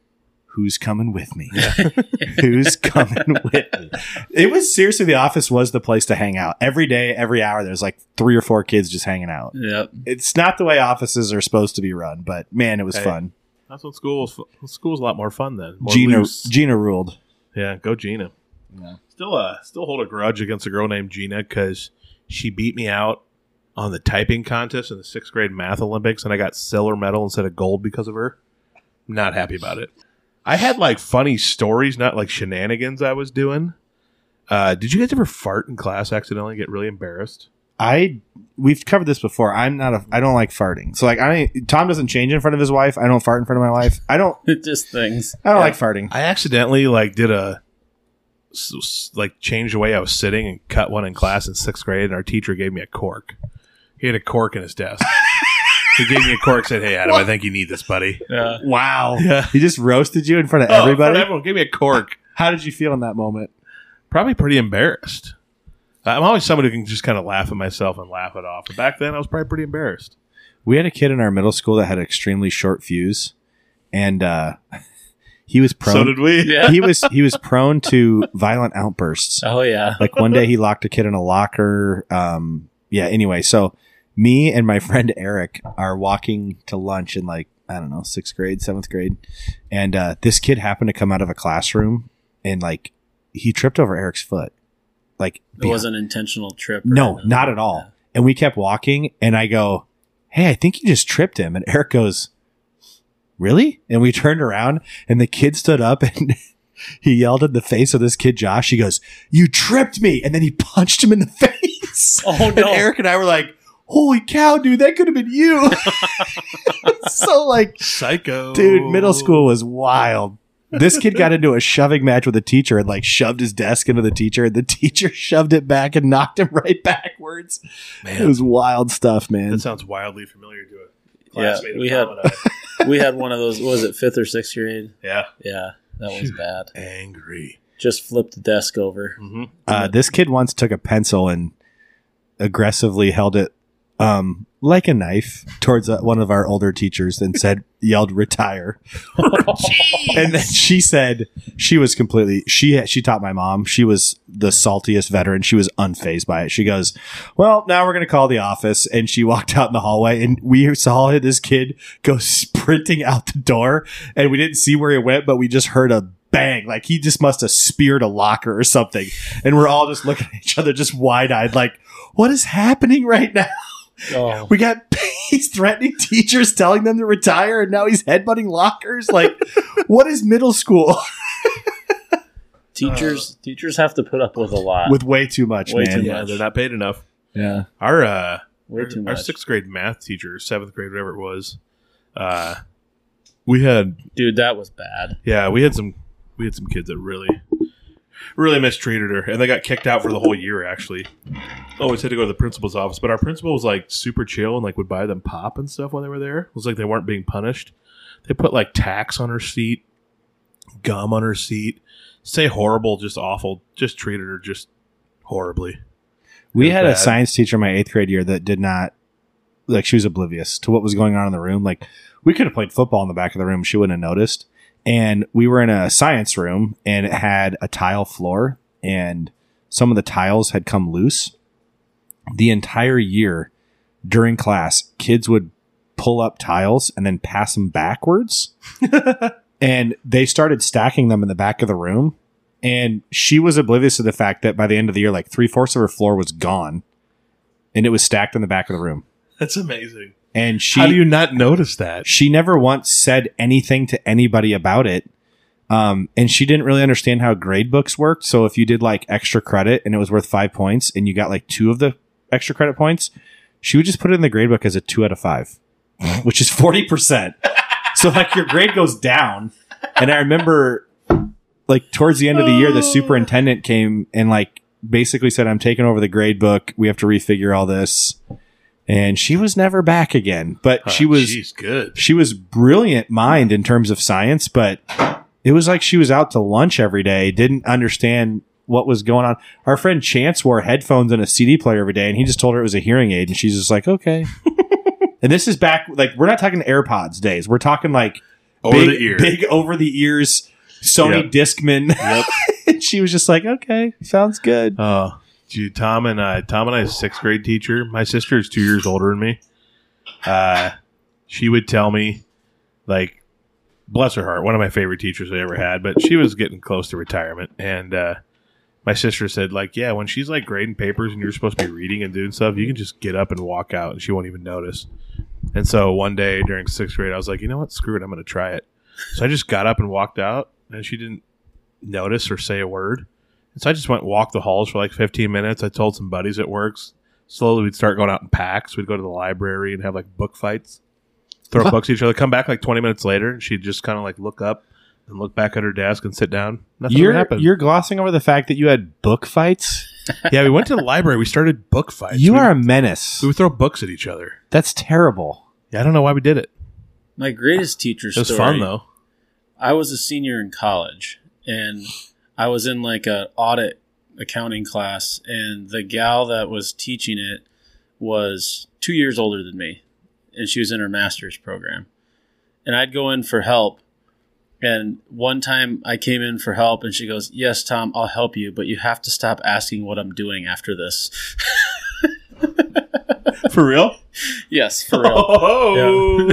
Speaker 2: who's coming with me. who's coming with me? It was seriously, the office was the place to hang out. Every day, every hour, there's like three or four kids just hanging out.
Speaker 3: yep.
Speaker 2: It's not the way offices are supposed to be run, but man, it was
Speaker 1: Hey.
Speaker 2: fun.
Speaker 1: That's what school was. fu- School was a lot more fun then. More
Speaker 2: Gina,
Speaker 1: loose.
Speaker 2: Gina ruled.
Speaker 1: Yeah, go Gina. Still, uh, still hold a grudge against a girl named Gina because she beat me out on the typing contest in the sixth grade math Olympics, and I got silver medal instead of gold because of her. Not happy about it. I had like funny stories, not like shenanigans I was doing. Uh, did you guys ever fart in class accidentally and get really embarrassed?
Speaker 2: I we've covered this before. I'm not a I don't like farting. So like I Tom doesn't change in front of his wife. I don't fart in front of my wife. I don't
Speaker 3: just things.
Speaker 2: I don't
Speaker 1: Yeah.
Speaker 2: like farting.
Speaker 1: I accidentally like did a s- s- like changed the way I was sitting and cut one in class in sixth grade, and our teacher gave me a cork. He had a cork in his desk. he gave me a cork. Said, "Hey, Adam, I think you need this, buddy."
Speaker 3: Yeah.
Speaker 2: Wow.
Speaker 1: Yeah.
Speaker 2: He just roasted you in front of
Speaker 1: Oh,
Speaker 2: everybody.
Speaker 1: everyone, give me a cork.
Speaker 2: How did you feel in that moment?
Speaker 1: Probably pretty embarrassed. I'm always somebody who can just kind of laugh at myself and laugh it off. But back then, I was probably pretty embarrassed.
Speaker 2: We had a kid in our middle school that had an extremely short fuse and uh he was prone
Speaker 1: So did we.
Speaker 3: Yeah.
Speaker 2: he was he was prone to violent outbursts.
Speaker 3: Oh yeah.
Speaker 2: like one day he locked a kid in a locker um yeah anyway so me and my friend eric are walking to lunch in like i don't know sixth grade seventh grade and uh this kid happened to come out of a classroom and like he tripped over eric's foot like
Speaker 3: It was an intentional trip. or
Speaker 2: no
Speaker 3: anything.
Speaker 2: not at all and we kept walking and i go hey i think you just tripped him and eric goes really and we turned around and the kid stood up and he yelled in the face of this kid josh he goes you tripped me and then he punched him in the face
Speaker 3: Oh
Speaker 2: and
Speaker 3: no.
Speaker 2: eric and i were like holy cow dude that could have been you so like
Speaker 1: Psycho,
Speaker 2: dude
Speaker 1: Oh.
Speaker 2: middle school was wild this kid got into a shoving match with a teacher and like shoved his desk into the teacher and the teacher shoved it back and knocked him right backwards it
Speaker 1: Man,
Speaker 2: was wild stuff, man.
Speaker 1: that sounds wildly familiar to a
Speaker 3: Yeah,
Speaker 1: classmate. of
Speaker 3: we had-
Speaker 1: Tom and I.
Speaker 3: we had one of those. What was it fifth or sixth grade?
Speaker 1: yeah,
Speaker 3: Yeah, that was
Speaker 1: Phew.
Speaker 3: bad.
Speaker 1: angry.
Speaker 3: Just flipped the desk over.
Speaker 1: Mm-hmm.
Speaker 2: Uh, this kid once took a pencil and aggressively held it um, like a knife towards uh one of our older teachers and said, yelled, retire. and then she said she was completely she she taught my mom she was the saltiest veteran she was unfazed by it she goes well now we're gonna call the office and she walked out in the hallway and we saw this kid go sprinting out the door and we didn't see where he went but we just heard a bang like he just must have speared a locker or something and we're all just looking at each other just wide-eyed like what is happening right now
Speaker 3: Oh.
Speaker 2: we got he's threatening teachers, telling them to retire, and now he's headbutting lockers. Like, what is middle school
Speaker 3: Teachers teachers have to put up with a lot.
Speaker 2: with? Way too much,
Speaker 3: Way
Speaker 2: man.
Speaker 3: too
Speaker 1: yeah,
Speaker 3: much.
Speaker 1: they're not paid enough.
Speaker 2: Yeah,
Speaker 1: Our uh,
Speaker 3: Way
Speaker 1: our-
Speaker 3: too
Speaker 1: our
Speaker 3: much.
Speaker 1: sixth grade math teacher, seventh grade, whatever it was, uh, we had
Speaker 3: Dude, that was bad.
Speaker 1: yeah, we had some we had some kids that really really mistreated her, and they got kicked out for the whole year. Actually, always had to go to the principal's office, but our principal was like super chill and like would buy them pop and stuff when they were there. It was like they weren't being punished. They put like tacks on her seat, gum on her seat. Say horrible, just awful, just treated her just horribly.
Speaker 2: we
Speaker 1: It was
Speaker 2: had a
Speaker 1: bad.
Speaker 2: science teacher my eighth grade year that did not like she was oblivious to what was going on in the room. Like, we could have played football in the back of the room; she wouldn't have noticed. And we were in a science room, and it had a tile floor, and some of the tiles had come loose. The entire year during class, kids would pull up tiles and then pass them backwards. and they started stacking them in the back of the room. And she was oblivious to the fact that by the end of the year, like three fourths of her floor was gone and it was stacked in the back of the room.
Speaker 1: That's amazing.
Speaker 2: And she
Speaker 1: How do you not notice that?
Speaker 2: she never once said anything to anybody about it. Um, and she didn't really understand how grade books worked. So if you did like extra credit and it was worth five points and you got like two of the extra credit points, she would just put it in the grade book as a two out of five, which is 40%. so like your grade goes down. And I remember like towards the end of the year, the
Speaker 1: Oh.
Speaker 2: superintendent came and like basically said, I'm taking over the grade book. We have to refigure all this. And she was never back again, but
Speaker 1: Huh,
Speaker 2: she was
Speaker 1: Jeez, good.
Speaker 2: she was brilliant mind in terms of science, but it was like she was out to lunch every day, didn't understand what was going on. Our friend Chance wore headphones and a CD player every day, and he just told her it was a hearing aid, and she's just like, okay. and this is back, like, we're not talking AirPods days. We're talking like
Speaker 1: Over
Speaker 2: big,
Speaker 1: the ear.
Speaker 2: big over the ears Sony
Speaker 1: Yep.
Speaker 2: Discman. and she was just like, okay, sounds good.
Speaker 1: Uh, dude, Tom and I, Tom and I, sixth grade teacher. My sister is two years older than me. Uh, she would tell me, like, bless her heart, one of my favorite teachers I ever had, but she was getting close to retirement. And uh, my sister said, like, yeah, when she's like grading papers and you're supposed to be reading and doing stuff, you can just get up and walk out and she won't even notice. And so one day during sixth grade, I was like, you know what? Screw it. I'm going to try it. So I just got up and walked out and she didn't notice or say a word. And so I just went and walked the halls for like 15 minutes. I told some buddies at works. Slowly, we'd start going out in packs. We'd go to the library and have like book fights, throw books at each other. Come back like 20 minutes later, and she'd just kind of like look up and look back at her desk and sit down. Nothing would
Speaker 2: You're,
Speaker 1: happen.
Speaker 2: you're glossing over the fact that you had book fights.
Speaker 1: yeah, we went to the library. We started book fights.
Speaker 2: You
Speaker 1: we,
Speaker 2: are a menace.
Speaker 1: We would throw books at each other.
Speaker 2: That's terrible.
Speaker 1: Yeah, I don't know why we did it.
Speaker 3: My greatest teacher
Speaker 1: It was
Speaker 3: story.
Speaker 1: fun though.
Speaker 3: I was a senior in college and I was in like a audit accounting class and the gal that was teaching it was 2 years older than me and she was in her master's program. And I'd go in for help and one time I came in for help and she goes, "Yes, Tom, I'll help you, but you have to stop asking what I'm doing after this."
Speaker 1: For real?
Speaker 3: yes, for real.
Speaker 1: Oh,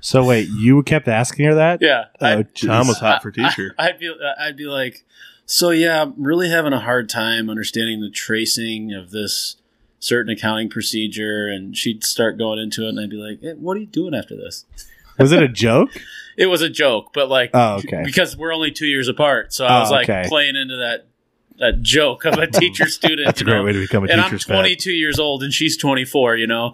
Speaker 2: So wait, you kept asking her that?
Speaker 3: yeah. I-
Speaker 2: Oh,
Speaker 1: Tom
Speaker 2: jeez.
Speaker 1: was hot for teacher.
Speaker 3: I, would be I'd be like, so yeah, I'm really having a hard time understanding the tracing of this certain accounting procedure, and she'd start going into it, and I'd be like, eh, what are you doing after this?
Speaker 2: Was it a joke?
Speaker 3: It was a joke, but like,
Speaker 2: Oh, okay.
Speaker 3: because we're only two years apart, so I
Speaker 2: Oh,
Speaker 3: was like
Speaker 2: okay.
Speaker 3: playing into that that joke of a teacher student.
Speaker 1: That's a great way to become a
Speaker 3: and I'm
Speaker 1: teacher's pet.
Speaker 3: 22 years old, and she's 24, you know.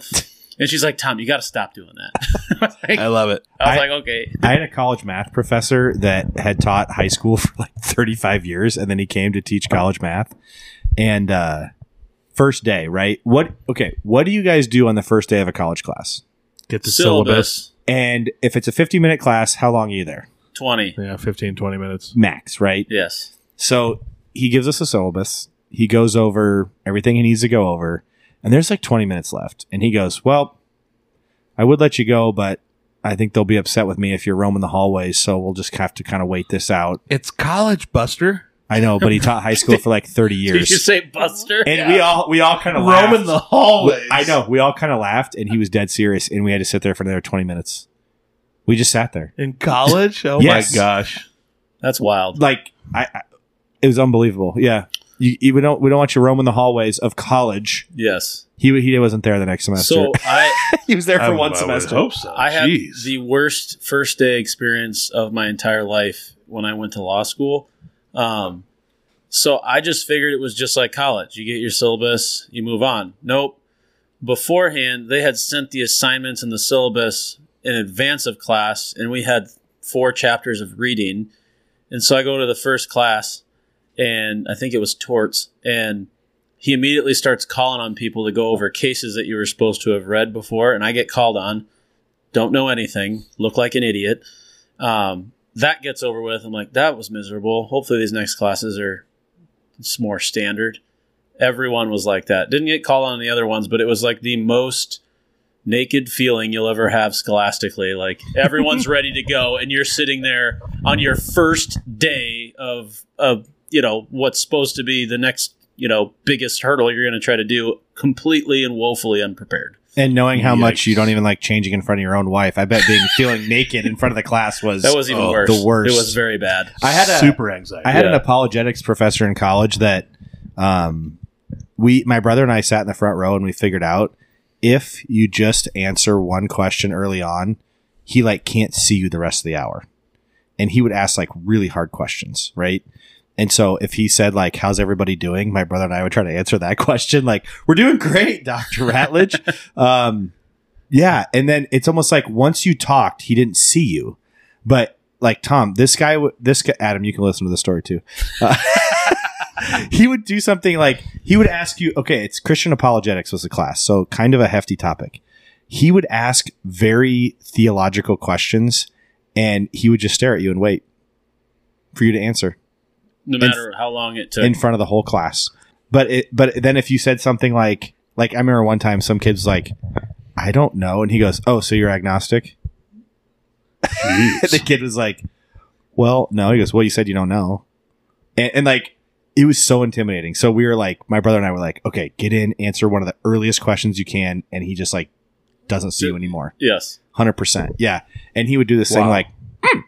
Speaker 3: And she's like, Tom, you got to stop doing that. I was like,
Speaker 1: I love it.
Speaker 3: I was
Speaker 2: I-
Speaker 3: like, okay.
Speaker 2: I had a college math professor that had taught high school for like 35 years and then he came to teach college math. And uh first day, right? What okay, what do you guys do on the first day of a college class?
Speaker 1: Get the syllabus.
Speaker 3: syllabus
Speaker 2: And if it's a 50-minute class, how long are you there?
Speaker 3: 20.
Speaker 1: Yeah, 15, 20 minutes.
Speaker 2: Max, right?
Speaker 3: Yes.
Speaker 2: So he gives us a syllabus. He goes over everything he needs to go over, and there's like 20 minutes left. And he goes, Well, I would let you go, but I think they'll be upset with me if you're roaming the hallways. So we'll just have to kind of wait this out.
Speaker 1: It's college, Buster.
Speaker 2: I know, but he taught high school for like 30
Speaker 3: Did you
Speaker 2: years.
Speaker 3: say Buster?
Speaker 2: And we all we all kind of
Speaker 1: Roaming
Speaker 2: laughed.
Speaker 1: the hallways.
Speaker 2: I know. We all kind of laughed, and he was dead serious, and we had to sit there for another 20 minutes. We just sat there.
Speaker 1: In college? Oh
Speaker 2: Yes.
Speaker 1: my gosh.
Speaker 3: That's wild.
Speaker 2: like I, I it was unbelievable. Yeah, you, you we don't we don't want you roaming the hallways of college.
Speaker 3: Yes.
Speaker 2: He he wasn't there the next semester.
Speaker 3: So I
Speaker 2: he was there
Speaker 1: Um, I- I would hope so.
Speaker 3: I had
Speaker 1: Jeez.
Speaker 3: the worst first day experience of my entire life when I went to law school. Um, so I just figured it was just like college. You get your syllabus, you move on. Nope. Beforehand, they had sent the assignments and the syllabus in advance of class, and we had four chapters of reading. And so I go to the first class, and I think it was torts, and he immediately starts calling on people to go over cases that you were supposed to have read before, and I get called on don't know anything, look like an idiot. Um, that gets over with. I'm like, that was miserable. Hopefully, these next classes are it's more standard. Everyone was like that. Didn't get called on the other ones, but it was like the most naked feeling you'll ever have scholastically. Like everyone's ready to go, and you're sitting there on your first day of of you know what's supposed to be the next you know biggest hurdle you're going to try to do, completely and woefully unprepared.
Speaker 2: and knowing how much
Speaker 1: Yikes.
Speaker 2: you don't even like changing in front of your own wife, I bet being feeling naked in front of the class was
Speaker 3: That was even
Speaker 1: Oh,
Speaker 3: worse.
Speaker 2: the worst.
Speaker 3: It was very bad.
Speaker 2: I had a
Speaker 1: super anxiety.
Speaker 2: I had an
Speaker 3: Yeah.
Speaker 2: apologetics professor in college that um, we, my brother and I sat in the front row and we figured out if you just answer one question early on, he like can't see you the rest of the hour. And he would ask like really hard questions, right? And so if he said like, how's everybody doing? My brother and I would try to answer that question. Like, we're doing great, Dr. Ratledge. um, yeah. And then it's almost like once you talked, he didn't see you. But like Tom, this guy, w- this guy, Adam, you can listen to the story too. Uh, he would do something like he would ask you, okay, it's Christian apologetics was the class, so kind of a hefty topic. He would ask very theological questions, and he would just stare at you and wait for you to answer
Speaker 3: no
Speaker 2: And-
Speaker 3: matter how long it took.
Speaker 2: in front of the whole class. But it, but then if you said something like, like I remember one time some kids like, I don't know, and he goes, oh, so you're agnostic? the
Speaker 1: Jeez.
Speaker 2: kid was like, "Well, no." He goes, "Well, you said you don't know," and, and like it was so intimidating. So we were like, my brother and I were like, "Okay, get in, answer one of the earliest questions you can," and he just like doesn't see you anymore.
Speaker 3: yes.
Speaker 2: Hundred percent, yeah. And he would do this thing
Speaker 1: Wow.
Speaker 2: like, hmm.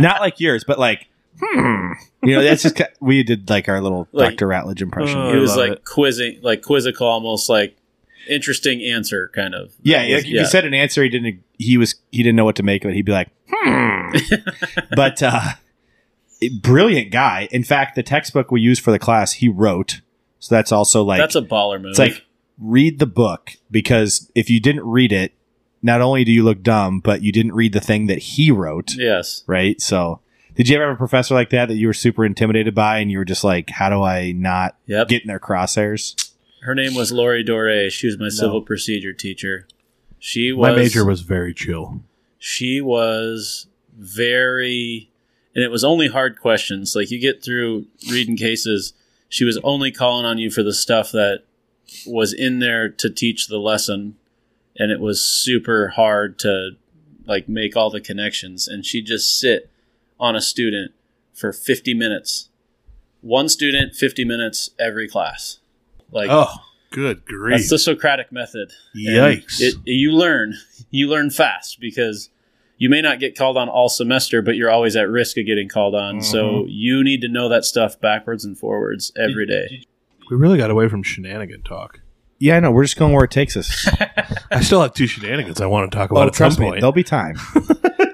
Speaker 2: not like yours, but like, hmm. you know, that's just ki- we did like our little
Speaker 3: Like- uh,
Speaker 2: Dr. Ratledge impression.
Speaker 1: Oh,
Speaker 3: It
Speaker 1: I
Speaker 3: was
Speaker 1: love
Speaker 3: like
Speaker 1: it.
Speaker 3: quizzing, like quizzical, almost like interesting answer kind of.
Speaker 2: Yeah,
Speaker 3: That
Speaker 2: like
Speaker 3: was-
Speaker 2: if you said an answer, he didn't. He was he didn't know what to make of it. He'd be like, hmm. but uh, brilliant guy. In fact, the textbook we used for the class, he wrote. So that's also like
Speaker 3: that's a baller move.
Speaker 2: it's like read the book because if you didn't read it, not only do you look dumb, but you didn't read the thing that he wrote.
Speaker 3: yes,
Speaker 2: Right. So, did you ever have a professor like that that you were super intimidated by, and you were just like, how do I not
Speaker 3: yep.
Speaker 2: get in their crosshairs?
Speaker 3: Her name was Lori Dore. She was my civil procedure teacher. She was
Speaker 1: My major was very chill.
Speaker 3: she was very and it was only hard questions like you get through reading cases she was only calling on you for the stuff that was in there to teach the lesson and it was super hard to like make all the connections and she just sit on a student for 50 minutes one student 50 minutes every class like
Speaker 1: Oh, good grief.
Speaker 3: that's the socratic method and
Speaker 1: Yikes.
Speaker 3: It, you learn. You learn fast because you may not get called on all semester, but you're always at risk of getting called on. So you need to know that stuff backwards and forwards every day.
Speaker 1: we really got away from shenanigan talk.
Speaker 2: Yeah, I know. We're just going where it takes us.
Speaker 1: I still have two shenanigans I want to talk about at some
Speaker 2: Oh, trust me,
Speaker 1: point.
Speaker 2: there'll be time.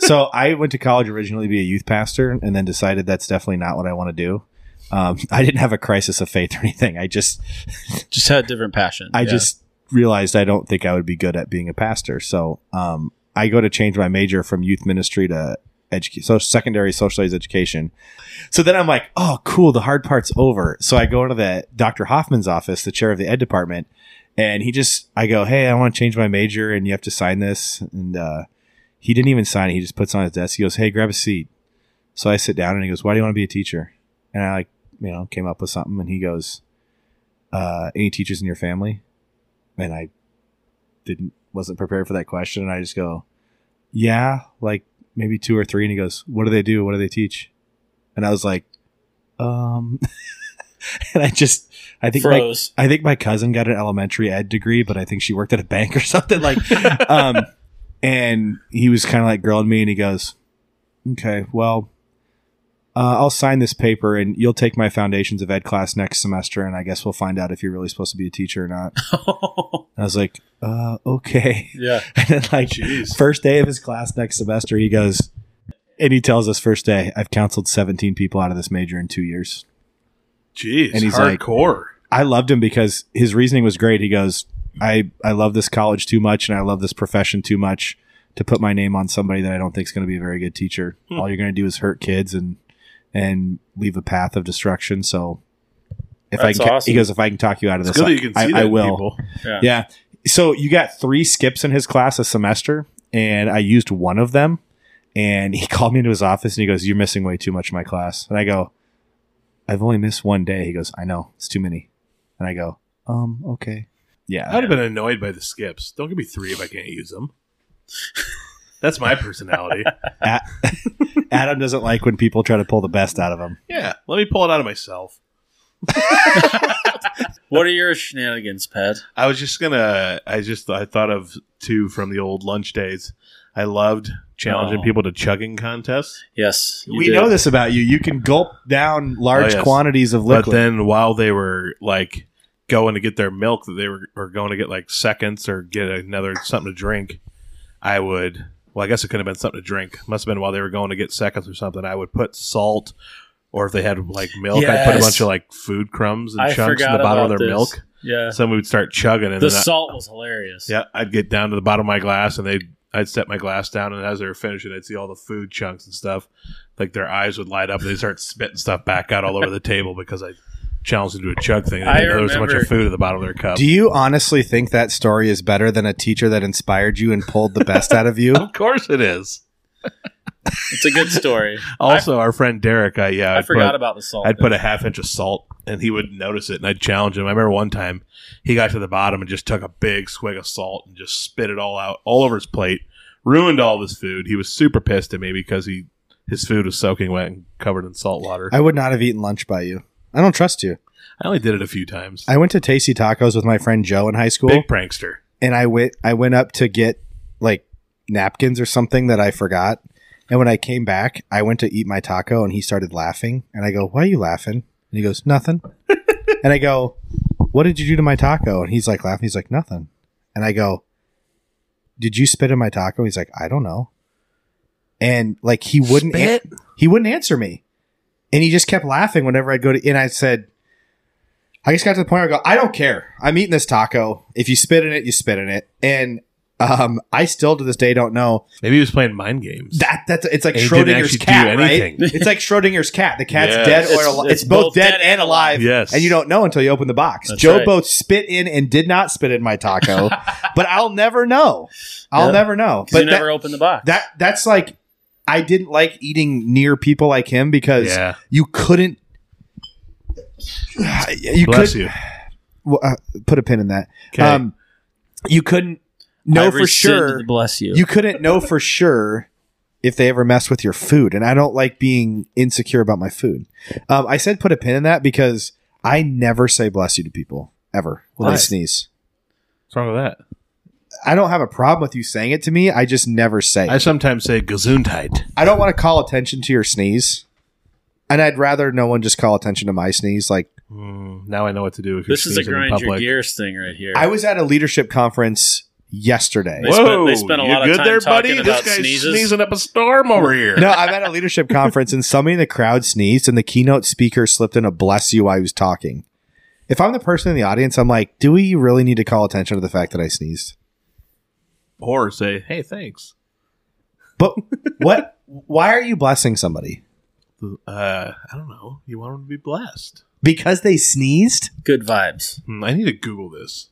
Speaker 2: so I went to college originally to be a youth pastor, and then decided that's definitely not what I want to do. Um, I didn't have a crisis of faith or anything. I just,
Speaker 3: Just had different passion.
Speaker 2: I
Speaker 3: Yeah.
Speaker 2: just realized I don't think I would be good at being a pastor. So um, I go to change my major from youth ministry to education, so secondary socialized education. So then I'm like, oh, cool, the hard part's over. So I go into the Dr. Hoffman's office, the chair of the ed department, and he just, I go, hey, I want to change my major, and you have to sign this. And uh, he didn't even sign it. He just puts it on his desk. He goes, hey, grab a seat. So I sit down, and he goes, why do you want to be a teacher? And I like, you know, came up with something, and he goes, uh, any teachers in your family? And I didn't wasn't prepared for that question, and I just go, "Yeah, like maybe two or three. And he goes, "What do they do? What do they teach?" And I was like, "Um," and I just, I think my,
Speaker 3: Froze.
Speaker 2: I think my cousin got an elementary ed degree, but I think she worked at a bank or something like. um, and he was kind of like grilling me, and he goes, "Okay, well." Uh, I'll sign this paper and you'll take my foundations of ed class next semester. And I guess we'll find out if you're really supposed to be a teacher or not. And I was like, uh, okay.
Speaker 3: yeah.
Speaker 2: And then, like,
Speaker 1: Jeez.
Speaker 2: First day of his class next semester, he goes, and he tells us first day, I've counseled 17 people out of this major in two years.
Speaker 1: Jeez.
Speaker 2: And he's like-
Speaker 1: hardcore.
Speaker 2: I loved him because his reasoning was great. He goes, I, I love this college too much and I love this profession too much to put my name on somebody that I don't think is going to be a very good teacher.
Speaker 1: Hmm.
Speaker 2: All you're going to do is hurt kids and, and leave a path of destruction. So if
Speaker 3: That's
Speaker 2: I can,
Speaker 3: awesome.
Speaker 2: he goes, if I can talk you out of
Speaker 1: it's
Speaker 2: this,
Speaker 1: good
Speaker 2: I,
Speaker 1: that you can see
Speaker 2: I-
Speaker 1: that.
Speaker 2: I
Speaker 1: in
Speaker 2: will.
Speaker 1: People.
Speaker 2: Yeah. So you got three skips in his class a semester, and I used one of them. And he called me into his office and he goes, You're missing way too much of my class. And I go, I've only missed one day. He goes, I know, it's too many. And I go, Um, okay. Yeah.
Speaker 1: I'd have been annoyed by the skips. Don't give me three if I can't use them. That's my personality.
Speaker 2: Adam doesn't like when people try to pull the best out of him.
Speaker 1: yeah. Let me pull it out of myself.
Speaker 3: What are your shenanigans, Pat?
Speaker 1: I was just gonna. I just I thought of two from the old lunch days. I loved challenging
Speaker 3: Oh.
Speaker 1: people to chugging contests,
Speaker 3: Yes. you
Speaker 2: we
Speaker 3: did.
Speaker 2: know this about you. You can gulp down large
Speaker 1: Oh, yes.
Speaker 2: quantities of
Speaker 1: but
Speaker 2: liquid.
Speaker 1: then while they were like going to get their milk, that they were or going to get like seconds or get another something to drink, I would. Well, I guess it could have been something to drink. Must have been while they were going to get seconds or something. I would put salt, or if they had like milk, I'd put a
Speaker 3: Yes.
Speaker 1: bunch of like food crumbs and
Speaker 3: I
Speaker 1: chunks in
Speaker 3: forgot
Speaker 1: the bottom of their
Speaker 3: about this.
Speaker 1: milk.
Speaker 3: Yeah.
Speaker 1: So we would start chugging, and
Speaker 3: The
Speaker 1: then I-
Speaker 3: salt was hilarious.
Speaker 1: Yeah, I'd get down to the bottom of my glass, and they, would I'd set my glass down, and as they were finishing, I'd see all the food chunks and stuff. Like their eyes would light up, and they start spitting stuff back out all over the table because I challenged them to a chug thing. They
Speaker 3: I
Speaker 1: didn't know there was a bunch of
Speaker 3: remember-
Speaker 1: food at the bottom of their cup.
Speaker 2: do you honestly think that story is better than a teacher that inspired you and pulled the best out of you?
Speaker 1: of course, it is.
Speaker 3: It's a good story.
Speaker 1: Also, our friend Derek, I uh, yeah,
Speaker 3: I
Speaker 1: I'd
Speaker 3: forgot
Speaker 1: put,
Speaker 3: about the salt.
Speaker 1: I'd put a half inch of salt, and he would notice it, and I'd challenge him. I remember one time he got to the bottom and just took a big swig of salt and just spit it all out all over his plate, ruined all of his food. He was super pissed at me because he his food was soaking wet and covered in salt water.
Speaker 2: I would not have eaten lunch by you. I don't trust you.
Speaker 1: I only did it a few times.
Speaker 2: I went to Tasty Tacos with my friend Joe in high school,
Speaker 1: Big prankster.
Speaker 2: and I went I went up to get like napkins or something that I forgot. And when I came back, I went to eat my taco, and he started laughing. And I go, "Why are you laughing?" And he goes, "Nothing." and I go, "What did you do to my taco?" And he's like laughing. He's like, "Nothing." And I go, "Did you spit in my taco?" He's like, "I don't know." And like he wouldn't an- he wouldn't answer me. And he just kept laughing whenever I go to, and I said, I just got to the point where I go, I don't care. I'm eating this taco. If you spit in it, you spit in it. And um, I still to this day don't know
Speaker 1: Maybe he was playing mind games.
Speaker 2: that that's it's like
Speaker 1: And he didn't
Speaker 2: Schrodinger's
Speaker 1: actually do
Speaker 2: cat, right?
Speaker 1: anything.
Speaker 2: It's like Schrodinger's cat. The cat's
Speaker 1: Yes.
Speaker 2: dead or
Speaker 3: It's-
Speaker 2: alive. It's,
Speaker 3: it's
Speaker 2: both, dead, and alive.
Speaker 1: Yes.
Speaker 2: And you don't know until you open the box.
Speaker 3: That's
Speaker 2: Joe
Speaker 3: right.
Speaker 2: both spit in and did not spit in my taco, but I'll never know. I'll
Speaker 3: Yeah.
Speaker 2: never know.
Speaker 3: But
Speaker 2: But
Speaker 3: you never opened the box.
Speaker 2: that that's like I didn't like eating near people like him because
Speaker 1: Yeah.
Speaker 2: you couldn't you
Speaker 1: Bless
Speaker 2: could
Speaker 1: you.
Speaker 2: well, uh, put a pin in that.
Speaker 1: 'Kay.
Speaker 2: Um you couldn't know
Speaker 3: I
Speaker 2: for
Speaker 3: rescind
Speaker 2: sure
Speaker 3: the Bless you.
Speaker 2: you couldn't know for sure if they ever messed with your food and I don't like being insecure about my food. Um, I said put a pin in that because I never say bless you to people ever when
Speaker 1: Why?
Speaker 2: they sneeze.
Speaker 1: What's wrong with that?
Speaker 2: I don't have a problem with you saying it to me. I just never say. it.
Speaker 1: I sometimes say gesundheit.
Speaker 2: I don't want to call attention to your sneeze. And I'd rather no one just call attention to my sneeze. Like
Speaker 1: Mm, now I know what to do if you're
Speaker 3: this is a
Speaker 1: sneezing in
Speaker 3: grind your
Speaker 1: public.
Speaker 3: gears thing right here.
Speaker 2: I was at a leadership conference yesterday.
Speaker 3: They spent- they spent a
Speaker 1: you
Speaker 3: lot of
Speaker 1: good
Speaker 3: time
Speaker 1: there,
Speaker 3: talking
Speaker 1: buddy?
Speaker 3: about
Speaker 1: this guy's
Speaker 3: sneezes.
Speaker 1: sneezing up a storm over here.
Speaker 2: No, I'm at a leadership conference and somebody in the crowd sneezed and the keynote speaker slipped in a bless you while he was talking. If I'm the person in the audience, I'm like, do we really need to call attention to the fact that I sneezed?
Speaker 1: Or say, hey, thanks.
Speaker 2: But what why are you blessing somebody?
Speaker 1: Uh, I don't know. You want them to be blessed.
Speaker 2: Because they sneezed?
Speaker 3: good vibes.
Speaker 1: Hmm, I need to Google this.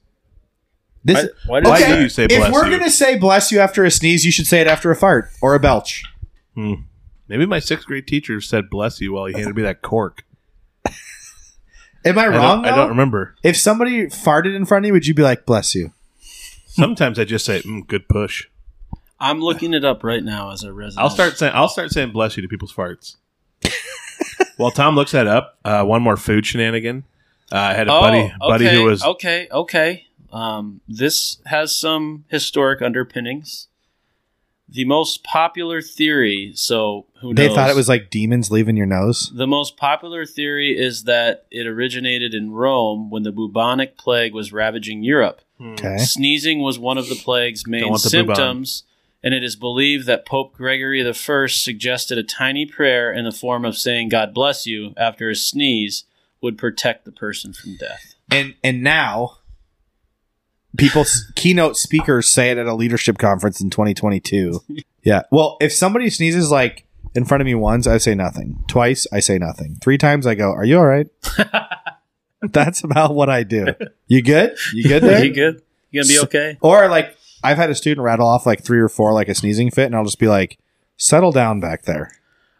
Speaker 2: This
Speaker 3: Why, why did
Speaker 1: Why
Speaker 2: Okay.
Speaker 1: do you say bless
Speaker 2: if we're
Speaker 1: you?
Speaker 2: gonna say bless you after a sneeze, you should say it after a fart or a belch.
Speaker 1: Hmm. Maybe my sixth grade teacher said bless you while he handed me that cork.
Speaker 2: Am I
Speaker 1: I
Speaker 2: wrong?
Speaker 1: don't, I
Speaker 2: though?
Speaker 1: don't remember.
Speaker 2: If somebody farted in front of you, would you be like, bless you?
Speaker 1: Sometimes I just say, mm, "Good push."
Speaker 3: I'm looking it up right now as a resident.
Speaker 1: I'll start saying I'll start saying "bless you" to people's farts. While Tom looks that up, uh, one more food shenanigan. Uh, I had a buddy, buddy
Speaker 3: Oh, okay,
Speaker 1: who was
Speaker 3: okay. Okay, um, this has some historic underpinnings. The most popular theory. So who
Speaker 2: They
Speaker 3: knows?
Speaker 2: thought it was like demons leaving your nose.
Speaker 3: The most popular theory is that it originated in Rome when the bubonic plague was ravaging Europe.
Speaker 1: Hmm.
Speaker 2: Okay.
Speaker 3: Sneezing was one of the plague's main
Speaker 1: Eh? want the bubon.
Speaker 3: symptoms, and it is believed that Pope Gregory I suggested a tiny prayer in the form of saying "God bless you" after a sneeze would protect the person from death.
Speaker 2: And and now people keynote speakers say it at a leadership conference in 2022. yeah. Well, if somebody sneezes like in front of me once, I say nothing. Twice, I say nothing. Three times I go, "Are you all right?" That's about what I do. You good? You good there?
Speaker 3: Are you good? You gonna be okay?
Speaker 2: Or like I've had a student rattle off like three or four like a sneezing fit, and I'll just be like, "Settle down back there."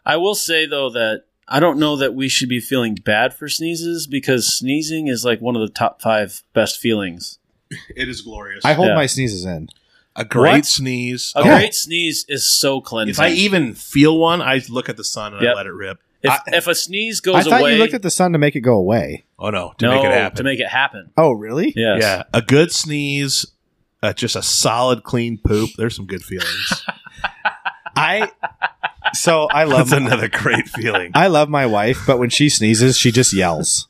Speaker 3: I will say though that I don't know that we should be feeling bad for sneezes because sneezing is like one of the top five best feelings.
Speaker 1: It is glorious.
Speaker 2: I hold
Speaker 3: Yeah.
Speaker 2: my sneezes in.
Speaker 1: a great
Speaker 3: What?
Speaker 1: sneeze.
Speaker 3: A
Speaker 2: Yeah.
Speaker 3: great sneeze is so cleansing.
Speaker 1: if I even feel one, I look at the sun and
Speaker 3: Yep.
Speaker 1: I let it rip.
Speaker 3: if,
Speaker 2: I-
Speaker 3: if a sneeze
Speaker 2: I
Speaker 3: goes
Speaker 2: thought
Speaker 3: away,
Speaker 2: you looked at the sun to make it go away.
Speaker 1: Oh no, to
Speaker 3: no,
Speaker 1: make it happen.
Speaker 3: to make it happen.
Speaker 2: Oh, really?
Speaker 3: Yes.
Speaker 1: Yeah, a good sneeze, uh, just a solid clean poop. There's some good feelings.
Speaker 2: I. So I love
Speaker 1: That's another great feeling.
Speaker 2: I love my wife, but when she sneezes, she just yells.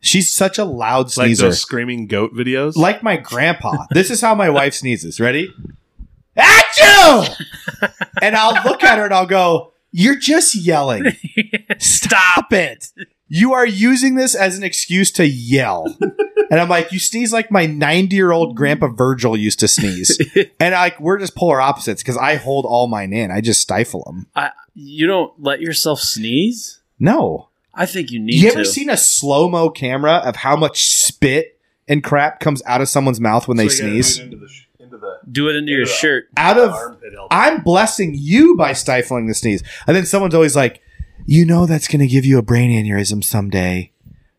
Speaker 2: She's such a loud
Speaker 1: Like
Speaker 2: sneezer.
Speaker 1: those screaming goat videos.
Speaker 2: like my grandpa. This is how my wife sneezes. Ready? At you! And I'll look at her and I'll go, You're just yelling. Stop it. You are using this as an excuse to yell. And I'm like, You sneeze like my 90 year old grandpa Virgil used to sneeze. And like, we're just polar opposites because I hold all mine in, I just stifle them.
Speaker 3: I, you don't let yourself sneeze.
Speaker 2: No.
Speaker 3: I think you need
Speaker 2: You
Speaker 3: to.
Speaker 2: ever seen a slow mo camera of how much spit and crap comes out of someone's mouth when they sneeze?
Speaker 1: Into the, into the
Speaker 3: Do it into your
Speaker 1: Yeah.
Speaker 3: shirt.
Speaker 2: Out of I'm blessing you by stifling the sneeze. And then someone's always like, you know, that's going to give you a brain aneurysm someday.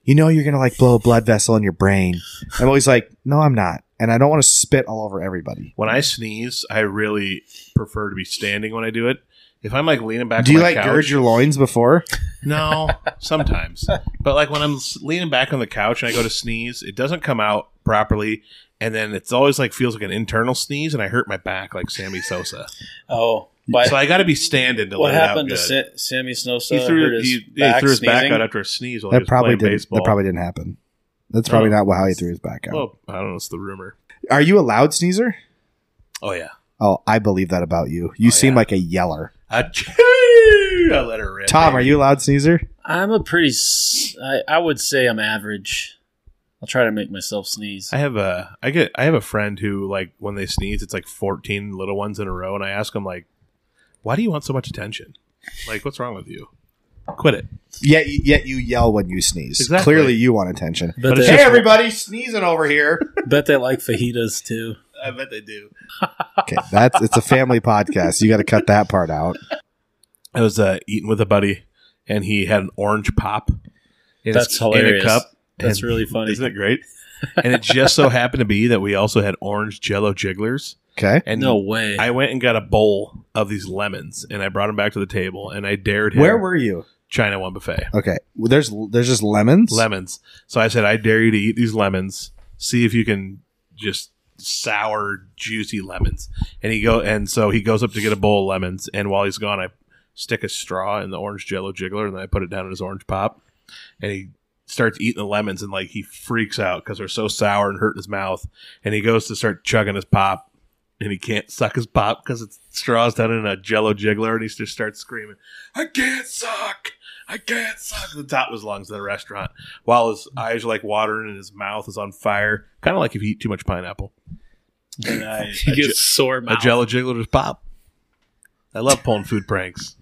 Speaker 2: You know, you're going to like blow a blood vessel in your brain. I'm always like, no, I'm not. And I don't want to spit all over everybody.
Speaker 1: when I sneeze, I really prefer to be standing when I do it. If I'm like leaning back,
Speaker 2: Do
Speaker 1: on
Speaker 2: you
Speaker 1: my
Speaker 2: like
Speaker 1: couch,
Speaker 2: gird your loins before?
Speaker 1: No, sometimes. But like when I'm s- leaning back on the couch and I go to sneeze, it doesn't come out properly, and then it's always like feels like an internal sneeze, and I hurt my back like Sammy Sosa.
Speaker 3: Oh, by,
Speaker 1: so I got to be standing to
Speaker 3: what
Speaker 1: let it out
Speaker 3: happened to
Speaker 1: good.
Speaker 3: Sa- Sammy Snowsell?
Speaker 1: he threw
Speaker 3: his,
Speaker 1: he, yeah,
Speaker 3: back
Speaker 1: he threw uh, his back
Speaker 3: sneezing?
Speaker 1: out after a sneeze while he
Speaker 2: That
Speaker 1: was
Speaker 2: probably
Speaker 1: playing
Speaker 2: didn't.
Speaker 1: baseball.
Speaker 2: That probably didn't happen. That's probably
Speaker 1: No.
Speaker 2: not how he threw his back out.
Speaker 1: Well, I don't know. It's the rumor.
Speaker 2: Are you a loud sneezer?
Speaker 1: Oh yeah,
Speaker 2: Oh, I believe that about you. You
Speaker 1: Oh,
Speaker 2: seem
Speaker 1: yeah.
Speaker 2: like a yeller.
Speaker 1: I, I let her rip.
Speaker 2: Tom, are you a loud sneezer?
Speaker 3: I'm a pretty. s- I, I would say I'm average. I'll try to make myself sneeze.
Speaker 1: I have a I get I have a friend who like when they sneeze, it's like fourteen little ones in a row, and I ask him like, "Why do you want so much attention? Like, what's wrong with you? Quit it."
Speaker 2: Yet, yet you yell when you sneeze.
Speaker 1: Exactly.
Speaker 2: Clearly, you want attention.
Speaker 3: bet,
Speaker 1: but it's
Speaker 3: they,
Speaker 1: just-
Speaker 2: everybody, sneezing over here.
Speaker 3: bet they like fajitas too.
Speaker 1: I bet they do.
Speaker 2: okay, that's it's a family podcast. You got to cut that part out.
Speaker 1: I was uh, eating with a buddy, and he had an orange pop. In
Speaker 3: That's
Speaker 1: his-
Speaker 3: hilarious.
Speaker 1: In a cup.
Speaker 3: That's
Speaker 1: and-
Speaker 3: really funny.
Speaker 1: Isn't it great? and it just so happened to be that we also had orange Jello jigglers.
Speaker 2: Okay,
Speaker 1: And
Speaker 3: no way.
Speaker 1: I went and got a bowl of these lemons, and I brought them back to the table, and I dared him.
Speaker 2: where were you?
Speaker 1: China One Buffet?
Speaker 2: Okay, well, there's there's just lemons.
Speaker 1: lemons. So I said, I dare you to eat these lemons. See if you can just sour, juicy lemons. And he go and so he goes up to get a bowl of lemons. And while he's gone, I stick a straw in the orange Jello jiggler, and then I put it down in his orange pop. And he starts eating the lemons, and like he freaks out because they're so sour and hurting his mouth. And he goes to start chugging his pop. And he can't suck his pop because it's straws down in a jello jiggler, and he just starts screaming, "I can't suck! I can't suck!" The top of his lungs in the restaurant while his eyes are like watering and his mouth is on fire, kind of like if you eat too much pineapple. And I,
Speaker 3: you
Speaker 1: a,
Speaker 3: get
Speaker 1: j-
Speaker 3: sore
Speaker 1: a
Speaker 3: mouth.
Speaker 1: jello jiggler just pop. I love pulling food pranks.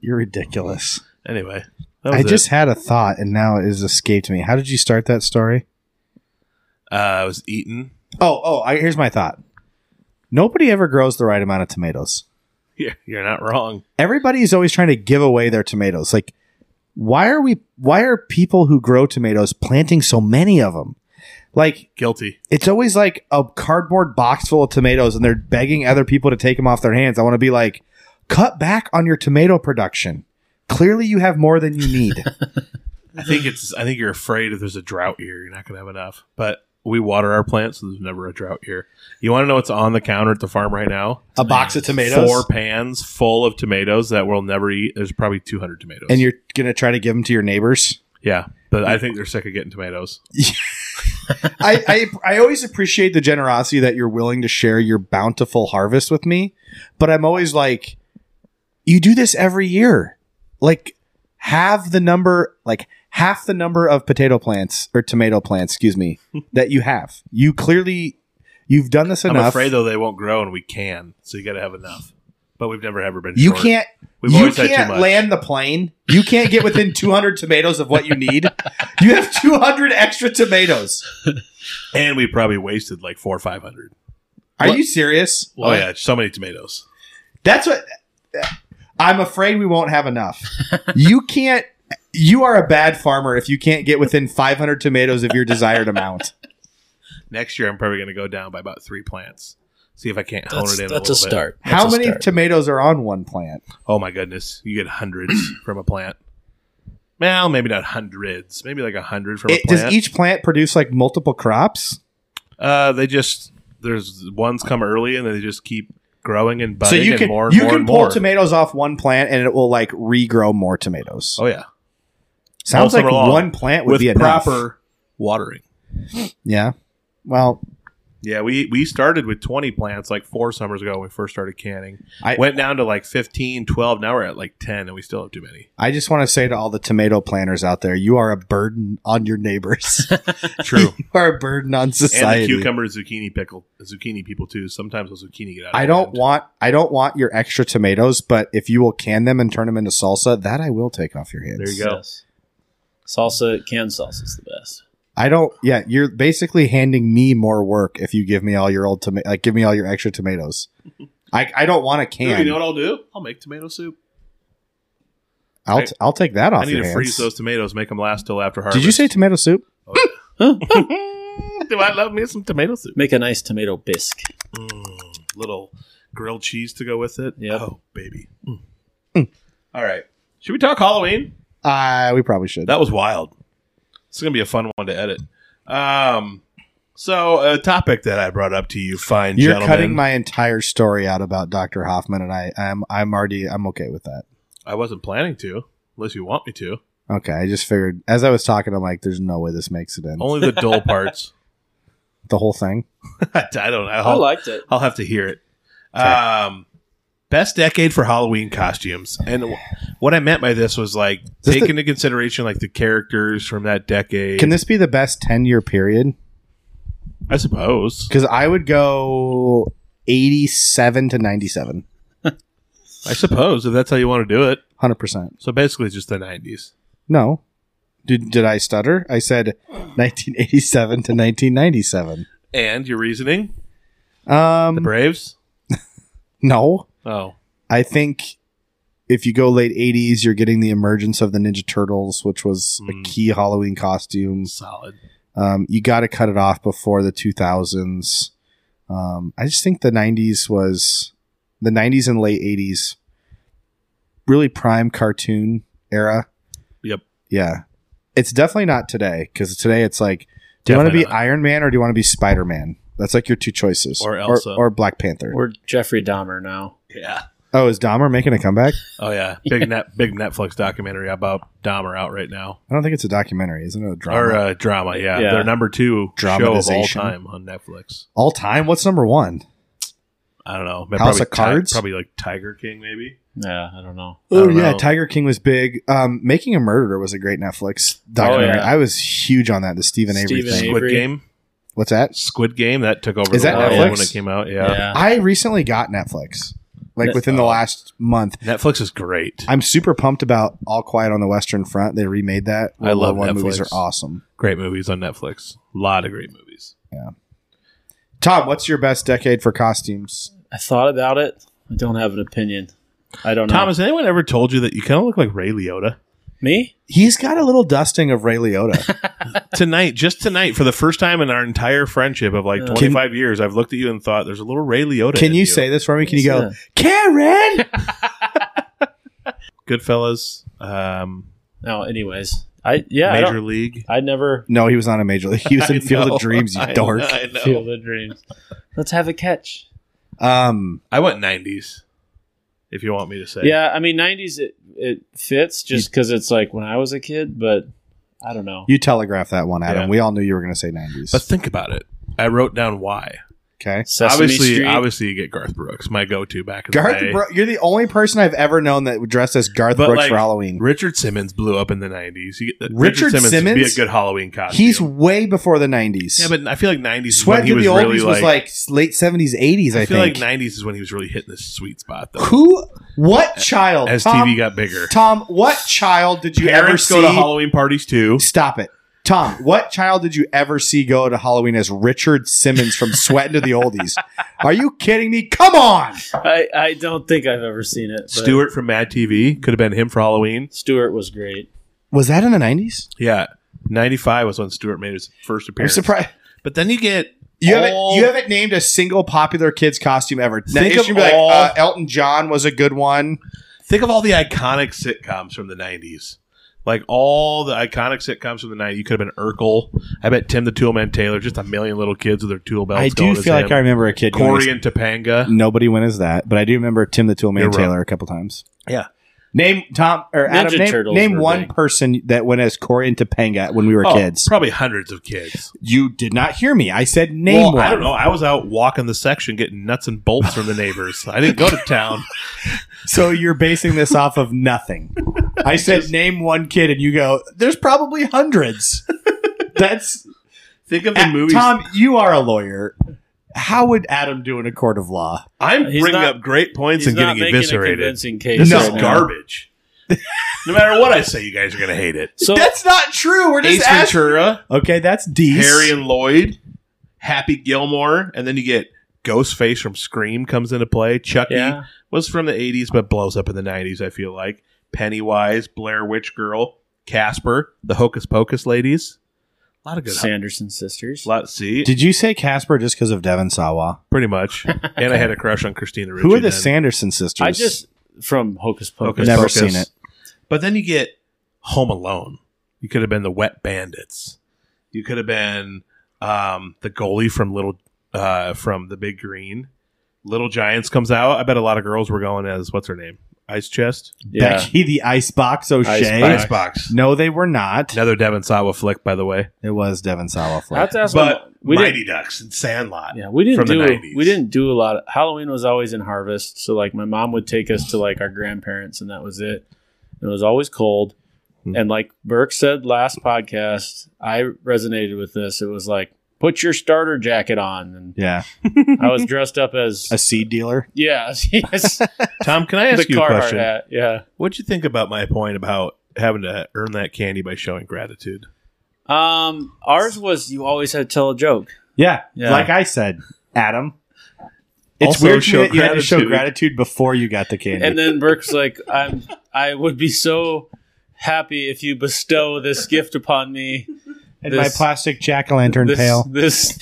Speaker 2: You're ridiculous.
Speaker 1: Anyway, that was
Speaker 2: I just had a thought, and now it has escaped me. How did you start that story?
Speaker 1: it. Uh, I was eating.
Speaker 2: Oh, oh, I, here's my thought. Nobody ever grows the right amount of tomatoes.
Speaker 1: Yeah, you're not wrong.
Speaker 2: Everybody is always trying to give away their tomatoes. Like, why are we? Why are people who grow tomatoes planting so many of them? Like
Speaker 1: Guilty.
Speaker 2: it's always like a cardboard box full of tomatoes, and they're begging other people to take them off their hands. I want to be like, cut back on your tomato production. Clearly, you have more than you need.
Speaker 1: I think it's. I think you're afraid if there's a drought here, you're not going to have enough. But we water our plants, so there's never a drought here. You want to know what's on the counter at the farm right now?
Speaker 2: a box of tomatoes,
Speaker 1: Four pans full of tomatoes that we'll never eat. There's probably 200 tomatoes.
Speaker 2: and you're gonna try to give them to your neighbors.
Speaker 1: yeah, but I think they're sick of getting tomatoes.
Speaker 2: I, I I always appreciate the generosity that you're willing to share your bountiful harvest with me, but I'm always like, you do this every year. Like, have the number, like half the number of potato plants or tomato plants, excuse me, that you have. You clearly you've done this enough.
Speaker 1: I'm afraid though they won't grow, and we can. So you got to have enough. But we've never ever been.
Speaker 2: you
Speaker 1: short.
Speaker 2: can't
Speaker 1: We've
Speaker 2: you
Speaker 1: always had too
Speaker 2: can't
Speaker 1: much.
Speaker 2: land the plane. You can't get within 200 tomatoes of what you need. You have 200 extra tomatoes.
Speaker 1: and we probably wasted like four or five hundred.
Speaker 2: Are
Speaker 3: What?
Speaker 2: you serious?
Speaker 1: Oh yeah, so many tomatoes.
Speaker 2: That's what I'm afraid we won't have enough. you can't. You are a bad farmer if you can't get within 500 tomatoes of your desired amount.
Speaker 1: Next year, I'm probably going to go down by about three plants. See if I can't hone
Speaker 4: That's,
Speaker 1: it in.
Speaker 4: that's
Speaker 1: a,
Speaker 4: a,
Speaker 1: little bit.
Speaker 4: start. That's
Speaker 2: How
Speaker 4: a
Speaker 2: many
Speaker 4: start.
Speaker 2: tomatoes are on one plant?
Speaker 1: Oh my goodness, you get hundreds from a plant. Well, maybe not hundreds. Maybe like a hundred from
Speaker 2: It,
Speaker 1: a
Speaker 2: does
Speaker 1: plant.
Speaker 2: each plant produce like multiple crops?
Speaker 1: uh, they just there's ones come early and they just keep growing and budding
Speaker 2: so you
Speaker 1: and
Speaker 2: can
Speaker 1: more and
Speaker 2: you
Speaker 1: more
Speaker 2: can
Speaker 1: and
Speaker 2: pull
Speaker 1: more.
Speaker 2: tomatoes off one plant and it will like regrow more tomatoes.
Speaker 1: oh yeah,
Speaker 2: Sounds
Speaker 1: all
Speaker 2: like
Speaker 1: summer long.
Speaker 2: one plant would
Speaker 1: with
Speaker 2: be enough.
Speaker 1: proper watering.
Speaker 2: Yeah. Well,
Speaker 1: Yeah, we we started with 20 plants like four summers ago when we first started canning.
Speaker 2: I-
Speaker 1: Went down to like 15, 12. Now we're at like 10, and we still have too many.
Speaker 2: I just want to say to all the tomato planters out there, you are a burden on your neighbors.
Speaker 1: True.
Speaker 2: you are a burden on
Speaker 1: and
Speaker 2: society.
Speaker 1: the cucumber and zucchini pickle, zucchini people too. Sometimes those zucchini get out.
Speaker 2: I
Speaker 1: of
Speaker 2: don't
Speaker 1: hand.
Speaker 2: want I don't want your extra tomatoes, but if you will can them and turn them into salsa, that I will take off your hands.
Speaker 1: There you go.
Speaker 3: Yes. Salsa, canned salsa is the best.
Speaker 2: I don't. Yeah, you're basically handing me more work if you give me all your old tomato. Like, give me all your extra tomatoes. I, I don't want a
Speaker 1: Ooh,
Speaker 2: can.
Speaker 1: you know what I'll do? I'll make tomato soup.
Speaker 2: I'll
Speaker 1: I-
Speaker 2: t- I'll take that off.
Speaker 1: I need to
Speaker 2: your hands.
Speaker 1: freeze those tomatoes, make them last till after harvest.
Speaker 2: Did you say tomato soup?
Speaker 1: do I love me some tomato soup?
Speaker 3: Make a nice tomato bisque.
Speaker 1: Mm, little grilled cheese to go with it.
Speaker 3: Yep.
Speaker 1: Oh baby. Mm. All right. Should we talk Halloween?
Speaker 2: Uh, we probably should.
Speaker 1: That was wild. This is gonna be a fun one to edit. Um, so a topic that I brought up to you, fine
Speaker 2: You're
Speaker 1: gentlemen.
Speaker 2: cutting my entire story out about Dr. Hoffman, and I I'm I'm already I'm okay with that.
Speaker 1: I wasn't planning to, unless you want me to.
Speaker 2: Okay, I just figured as I was talking, I'm like, there's no way this makes it in
Speaker 1: Only the dull parts.
Speaker 2: the whole thing.
Speaker 1: I don't know.
Speaker 3: I liked it.
Speaker 1: I'll have to hear it. Um, best decade for Halloween costumes, and w- what I meant by this was like
Speaker 2: This
Speaker 1: take
Speaker 2: the-
Speaker 1: into consideration like the characters from that decade.
Speaker 2: Can this be the best ten year period?
Speaker 1: I suppose
Speaker 2: Because I would go 87 to 97.
Speaker 1: I suppose if that's how you want to do it.
Speaker 2: 100%.
Speaker 1: So basically, just the nineties.
Speaker 2: No. Did, did I stutter? I said 1987 to 1997.
Speaker 1: And your reasoning, the
Speaker 2: Um,
Speaker 1: Braves.
Speaker 2: no.
Speaker 1: Oh,
Speaker 2: I think if you go late 80s, you're getting the emergence of the Ninja Turtles, which was
Speaker 1: Mm.
Speaker 2: a key Halloween costume.
Speaker 1: solid.
Speaker 2: Um, you got to cut it off before the 2000s. Um, I just think the 90s was the 90s and late 80s, really prime cartoon era.
Speaker 1: Yep.
Speaker 2: Yeah. It's definitely not today because today it's like, do you want to
Speaker 1: Definitely
Speaker 2: be
Speaker 1: not.
Speaker 2: Iron Man or do you want to be Spider Man? That's like your two choices.
Speaker 1: Or Elsa.
Speaker 2: Or, Black Panther.
Speaker 3: We're Jeffrey Dahmer now.
Speaker 1: Yeah.
Speaker 2: oh, is Dahmer making a comeback?
Speaker 1: Oh yeah. Big net. Big Netflix documentary about Dahmer out right now.
Speaker 2: I don't think it's a documentary. Isn't it a drama?
Speaker 1: Or uh, drama. Yeah.
Speaker 3: Yeah.
Speaker 1: Their number two show of all
Speaker 2: Dramatization.
Speaker 1: time on Netflix.
Speaker 2: All time? What's number one?
Speaker 1: I don't know. Maybe
Speaker 2: House
Speaker 1: probably
Speaker 2: of Cards?
Speaker 1: Ti- probably like Tiger King. Maybe.
Speaker 3: Yeah, I don't know.
Speaker 1: I
Speaker 2: Oh
Speaker 1: don't
Speaker 2: yeah,
Speaker 1: know.
Speaker 2: Tiger King was big. Um, Making a Murderer was a great Netflix documentary.
Speaker 1: Oh,
Speaker 3: yeah.
Speaker 2: I was huge on that. The Stephen Avery
Speaker 3: Stephen
Speaker 2: thing.
Speaker 3: Avery.
Speaker 1: Squid Game.
Speaker 2: What's that?
Speaker 1: Squid Game that took over
Speaker 2: Is
Speaker 1: the
Speaker 2: that
Speaker 1: world
Speaker 2: Netflix?
Speaker 1: when it came out. Yeah.
Speaker 3: Yeah.
Speaker 2: I recently got Netflix, like
Speaker 3: Net-
Speaker 2: within the
Speaker 1: oh.
Speaker 2: last month.
Speaker 1: Netflix is great.
Speaker 2: I'm super pumped about All Quiet on the Western Front. They remade that.
Speaker 1: I love
Speaker 2: War movies. Are
Speaker 1: Netflix.
Speaker 2: awesome.
Speaker 1: Great movies on Netflix. A lot of great movies.
Speaker 2: Tom, what's your best decade for costumes?
Speaker 3: I thought about it. I don't have an opinion. I don't know.
Speaker 1: Tom, has anyone ever told you that you kind of look like Ray Liotta?
Speaker 3: Me?
Speaker 2: He's got a little dusting of Ray Liotta.
Speaker 1: tonight, just tonight, for the first time in our entire friendship of like
Speaker 3: Uh,
Speaker 1: 25 years, I've looked at you and thought, "There's a little Ray Liotta."
Speaker 2: Can
Speaker 1: in
Speaker 2: you say this for me? Can you go,
Speaker 3: Yeah.
Speaker 2: Karen?
Speaker 1: Goodfellas, um,
Speaker 3: No. Anyways, I yeah. I,
Speaker 1: Major
Speaker 3: don't,
Speaker 1: League?
Speaker 3: I never
Speaker 2: No, he was on a major league. He was in
Speaker 1: I
Speaker 2: Field
Speaker 1: know.
Speaker 2: of Dreams, you
Speaker 1: I-
Speaker 2: dork.
Speaker 1: I know.
Speaker 3: feel the dreams. Let's have a catch.
Speaker 2: Um,
Speaker 1: I went 90s. If you want me to say,
Speaker 3: Yeah, I mean, '90s it, it fits just because it's like when I was a kid, but I don't know.
Speaker 2: you telegraphed that one, Adam.
Speaker 1: Yeah.
Speaker 2: We all knew you were going to say 90s.
Speaker 1: But think about it. I wrote down why.
Speaker 2: okay.
Speaker 3: Sesame
Speaker 1: obviously,
Speaker 3: Street.
Speaker 1: obviously, you get Garth Brooks, my go-to back in the
Speaker 2: Garth,
Speaker 1: day.
Speaker 2: Bro- you're the only person I've ever known that dressed as Garth
Speaker 1: But,
Speaker 2: Brooks
Speaker 1: like,
Speaker 2: for Halloween.
Speaker 1: Richard Simmons blew up in the '90s. You get,
Speaker 2: Richard
Speaker 1: would be a
Speaker 2: Simmons?
Speaker 1: good Halloween costume.
Speaker 2: He's way before the 90s.
Speaker 1: yeah, but I feel like '90s is
Speaker 2: Sweat
Speaker 1: when he
Speaker 2: to the
Speaker 1: was
Speaker 2: oldies
Speaker 1: really
Speaker 2: was
Speaker 1: like,
Speaker 2: like late 70s, 80s, I,
Speaker 1: I feel like
Speaker 2: think.
Speaker 1: '90s is when he was really hitting this sweet spot though.
Speaker 2: Who? What child?
Speaker 1: As
Speaker 2: Tom,
Speaker 1: TV got bigger,
Speaker 2: Tom, what child did you
Speaker 1: parents
Speaker 2: ever
Speaker 1: go to
Speaker 2: see?
Speaker 1: Halloween parties too.
Speaker 2: Stop it. Tom, what child did you ever see go to Halloween as Richard Simmons from Sweat to the Oldies? Are you kidding me? Come on.
Speaker 3: I, I don't think I've ever seen it. but
Speaker 1: Stewart from Mad TV could have been him for Halloween.
Speaker 3: Stewart was great.
Speaker 2: Was that in the 90s?
Speaker 1: Yeah, '95 was when Stewart made his first
Speaker 2: I'm
Speaker 1: appearance.
Speaker 2: surprised.
Speaker 1: But then you get
Speaker 2: You
Speaker 1: all-
Speaker 2: haven't you haven't named a single popular kids costume ever. Now,
Speaker 1: Think
Speaker 2: it
Speaker 1: of
Speaker 2: should be like,
Speaker 1: all-
Speaker 2: uh, Elton John was a good one.
Speaker 1: Think of all the iconic sitcoms from the '90s, like all the iconic sitcoms from the '90s. You could have been Urkel. I bet Tim the Toolman Taylor, just a million little kids with their tool belts. going as him.
Speaker 2: remember a kid.
Speaker 1: Corey and Topanga.
Speaker 2: Nobody went as that, but I do remember Tim the Toolman
Speaker 1: You're wrong.
Speaker 2: Taylor a couple times.
Speaker 1: Yeah.
Speaker 2: Name Tom or
Speaker 3: Ninja
Speaker 2: Adam. Name,
Speaker 3: Turtles
Speaker 2: name
Speaker 3: were
Speaker 2: one
Speaker 3: big.
Speaker 2: person that went as Corey and Topanga when we were
Speaker 1: Oh,
Speaker 2: kids.
Speaker 1: probably hundreds of kids.
Speaker 2: you did not hear me. I said name
Speaker 1: well,
Speaker 2: one.
Speaker 1: I don't know. I was out walking the section, getting nuts and bolts from the neighbors. I didn't go to town.
Speaker 2: So you're basing this off of nothing. I said name one kid, and you go. There's probably hundreds. That's
Speaker 1: Think of the movies.
Speaker 2: Tom. You are a lawyer. How would Adam do in a court of law?
Speaker 1: I'm
Speaker 3: He's
Speaker 1: bringing
Speaker 3: not-
Speaker 1: up great points
Speaker 3: He's
Speaker 1: and
Speaker 3: not
Speaker 1: getting
Speaker 3: making a
Speaker 1: eviscerated.
Speaker 3: convincing case.
Speaker 1: This
Speaker 2: No.
Speaker 1: is
Speaker 3: right now.
Speaker 1: garbage. no matter what I say, you guys are going to hate it.
Speaker 3: So
Speaker 2: that's not true. We're just
Speaker 1: Ace
Speaker 2: asking.
Speaker 1: Ventura.
Speaker 2: Okay, that's Dees.
Speaker 1: Harry and Lloyd, Happy Gilmore, and then you get Ghostface from Scream comes into play. Chucky
Speaker 3: yeah,
Speaker 1: was from the 80s but blows up in the 90s, I feel like. Pennywise, Blair Witch Girl, Casper, the Hocus Pocus ladies. A lot of good.
Speaker 3: Sanderson sisters.
Speaker 1: Lot see,
Speaker 2: Did you say Casper just because of Devin Sawa?
Speaker 1: pretty much. and I had a crush on Christina Ricci.
Speaker 2: Who are the
Speaker 1: then.
Speaker 2: Sanderson sisters?
Speaker 3: I just from Hocus
Speaker 1: Hocus
Speaker 3: Pocus.
Speaker 2: Never
Speaker 1: Pocus.
Speaker 2: seen it.
Speaker 1: But then you get Home Alone. You could have been the Wet Bandits. You could have been um, the goalie from Little uh, from the Big Green. Little Giants comes out. I bet a lot of girls were going as what's her name, Ice Chest,
Speaker 3: Yeah.
Speaker 2: Becky the Icebox O'Shea.
Speaker 3: Icebox.
Speaker 1: Icebox.
Speaker 2: No, they were not.
Speaker 1: Another Devon Sawa flick, by the way.
Speaker 2: It was Devin Sawa.
Speaker 3: I have
Speaker 2: Flick.
Speaker 3: to ask my
Speaker 1: But
Speaker 3: mom- we
Speaker 1: Mighty
Speaker 3: didn't,
Speaker 1: Ducks and Sandlot.
Speaker 3: yeah, we didn't
Speaker 1: from
Speaker 3: do
Speaker 1: the
Speaker 3: a,
Speaker 1: 90s.
Speaker 3: we didn't do a lot. Of, Halloween was always in harvest, so like my mom would take us to like our grandparents, and that was it. It was always cold,
Speaker 1: Hmm.
Speaker 3: and like Burke said last podcast, I resonated with this. It was like put your starter jacket on, and
Speaker 2: Yeah,
Speaker 3: I was dressed up as
Speaker 2: a seed dealer.
Speaker 3: yeah, yes,
Speaker 1: Tom, can I
Speaker 3: the
Speaker 1: ask you a
Speaker 3: Carhartt
Speaker 1: question?
Speaker 3: hat. Yeah.
Speaker 1: What'd you think about my point about having to earn that candy by showing gratitude?
Speaker 3: Um, ours was you always had to tell a joke.
Speaker 2: Yeah,
Speaker 3: Yeah.
Speaker 2: like I said, Adam. It's
Speaker 1: Also
Speaker 2: weird to
Speaker 1: show
Speaker 2: me that you had to show
Speaker 1: gratitude.
Speaker 2: gratitude before you got the candy.
Speaker 3: And then Burke's like, I'm I would be so happy if you bestow this gift upon me.
Speaker 2: And
Speaker 3: this-
Speaker 2: my plastic jack o' lantern
Speaker 3: This
Speaker 2: pail.
Speaker 3: this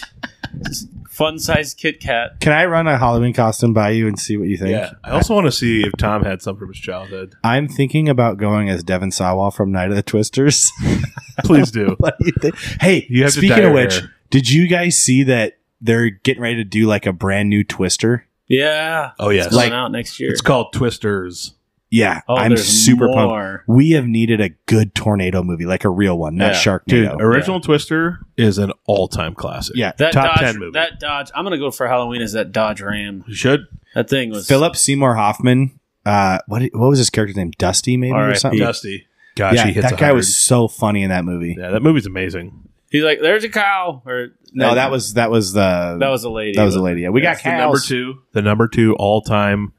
Speaker 3: fun sized Kit Kat.
Speaker 2: Can I run a Halloween costume by you and see what you think?
Speaker 1: Yeah. I also want to see if Tom had some from his childhood.
Speaker 2: I'm thinking about going as Devin Sawa from Night of the Twisters.
Speaker 1: Please do.
Speaker 2: what do you think? Hey,
Speaker 1: You have to dye
Speaker 2: speaking of
Speaker 1: your
Speaker 2: which,
Speaker 1: hair.
Speaker 2: did you guys see that they're getting ready to do like a brand new Twister?
Speaker 3: Yeah.
Speaker 1: Oh yes.
Speaker 3: Coming
Speaker 2: Like-
Speaker 3: out next year.
Speaker 1: it's called Twisters.
Speaker 2: Yeah,
Speaker 3: Oh,
Speaker 2: I'm
Speaker 3: there's
Speaker 2: super pumped.
Speaker 3: more.
Speaker 2: We have needed a good tornado movie, like a real one, not
Speaker 3: Yeah.
Speaker 1: Dude,
Speaker 2: Sharknado.
Speaker 1: original Twister is an all-time classic.
Speaker 2: yeah,
Speaker 3: That
Speaker 1: Top
Speaker 3: Dodge
Speaker 1: 10 movie.
Speaker 3: that Dodge I'm gonna go for Halloween is that Dodge Ram.
Speaker 1: You should.
Speaker 3: That thing was
Speaker 2: Philip Seymour Hoffman. Uh, what what was his character's name? Dusty, maybe or
Speaker 3: R.I.P..
Speaker 2: something.
Speaker 1: Dusty. Gosh,
Speaker 2: Yeah,
Speaker 1: he hits
Speaker 2: that guy
Speaker 1: 100.
Speaker 2: was so funny in that movie.
Speaker 1: Yeah, that movie's amazing.
Speaker 3: he's like, There's a cow or
Speaker 2: No, that was that was the
Speaker 3: that was a lady.
Speaker 2: that was a lady. Yeah, we got
Speaker 1: It's the number two, the number two all-time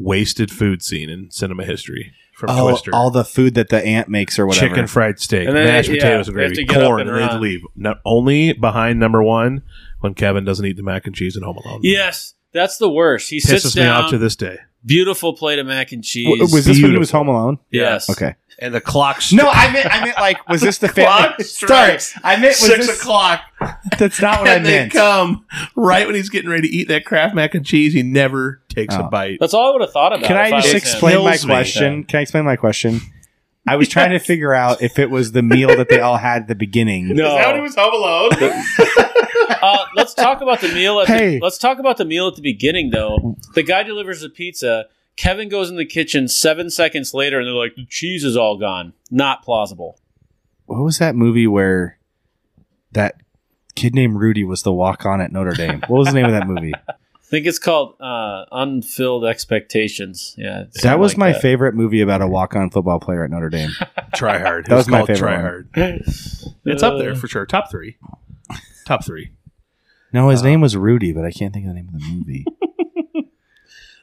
Speaker 1: wasted food scene in cinema history from
Speaker 2: Oh,
Speaker 1: Twister.
Speaker 2: all the food that the aunt makes or whatever.
Speaker 1: Chicken fried steak,
Speaker 3: And then they-
Speaker 1: mashed
Speaker 3: yeah,
Speaker 1: potatoes
Speaker 3: they have
Speaker 1: and
Speaker 3: to
Speaker 1: gravy,
Speaker 3: get up
Speaker 1: corn,
Speaker 3: and
Speaker 1: and they had to
Speaker 3: run.
Speaker 1: leave. Not only behind number one when Kevin doesn't eat the mac and cheese in Home Alone.
Speaker 3: Yes. That's the worst. He sits
Speaker 1: pisses me
Speaker 3: down
Speaker 1: off to this day.
Speaker 3: Beautiful plate of mac and cheese.
Speaker 2: W- was this when he was home alone?
Speaker 3: yes.
Speaker 2: Okay.
Speaker 4: and the clock struck
Speaker 2: No, I meant I meant like was this the family?
Speaker 4: Clock
Speaker 2: Sorry,
Speaker 4: strikes
Speaker 2: I meant was
Speaker 4: six
Speaker 2: this,
Speaker 4: o'clock,
Speaker 2: That's not what I
Speaker 1: and they
Speaker 2: meant.
Speaker 1: come right when he's getting ready to eat that Kraft mac and cheese. He never takes
Speaker 2: Oh.
Speaker 1: a bite.
Speaker 3: That's all I would have thought about.
Speaker 2: Can I
Speaker 3: if was
Speaker 2: just
Speaker 3: him.
Speaker 2: explain my
Speaker 1: Kills me.
Speaker 2: question? Can I explain my question? I was trying to figure out if it was the meal that they all had at the beginning.
Speaker 3: No.
Speaker 4: Is that when he was home alone?
Speaker 3: uh, let's talk about the meal. At
Speaker 2: Hey.
Speaker 3: the, let's talk about the meal at the beginning, though. The guy delivers the pizza. Kevin goes in the kitchen seven seconds later, and they're like, "The cheese is all gone." Not plausible.
Speaker 2: What was that movie where that kid named Rudy was the walk on at Notre Dame? What was the name of that movie?
Speaker 3: I think it's called uh, unfilled expectations. Yeah,
Speaker 2: That
Speaker 3: something
Speaker 2: was
Speaker 3: like
Speaker 2: my favorite movie about a walk on football player at Notre Dame.
Speaker 1: Try hard.
Speaker 2: That was my favorite
Speaker 1: Try
Speaker 2: one.
Speaker 1: hard.
Speaker 3: that.
Speaker 1: It's up there
Speaker 3: Uh,
Speaker 1: for sure. Top three. Top three.
Speaker 2: No, his name was Rudy, but I can't think of the name of the movie.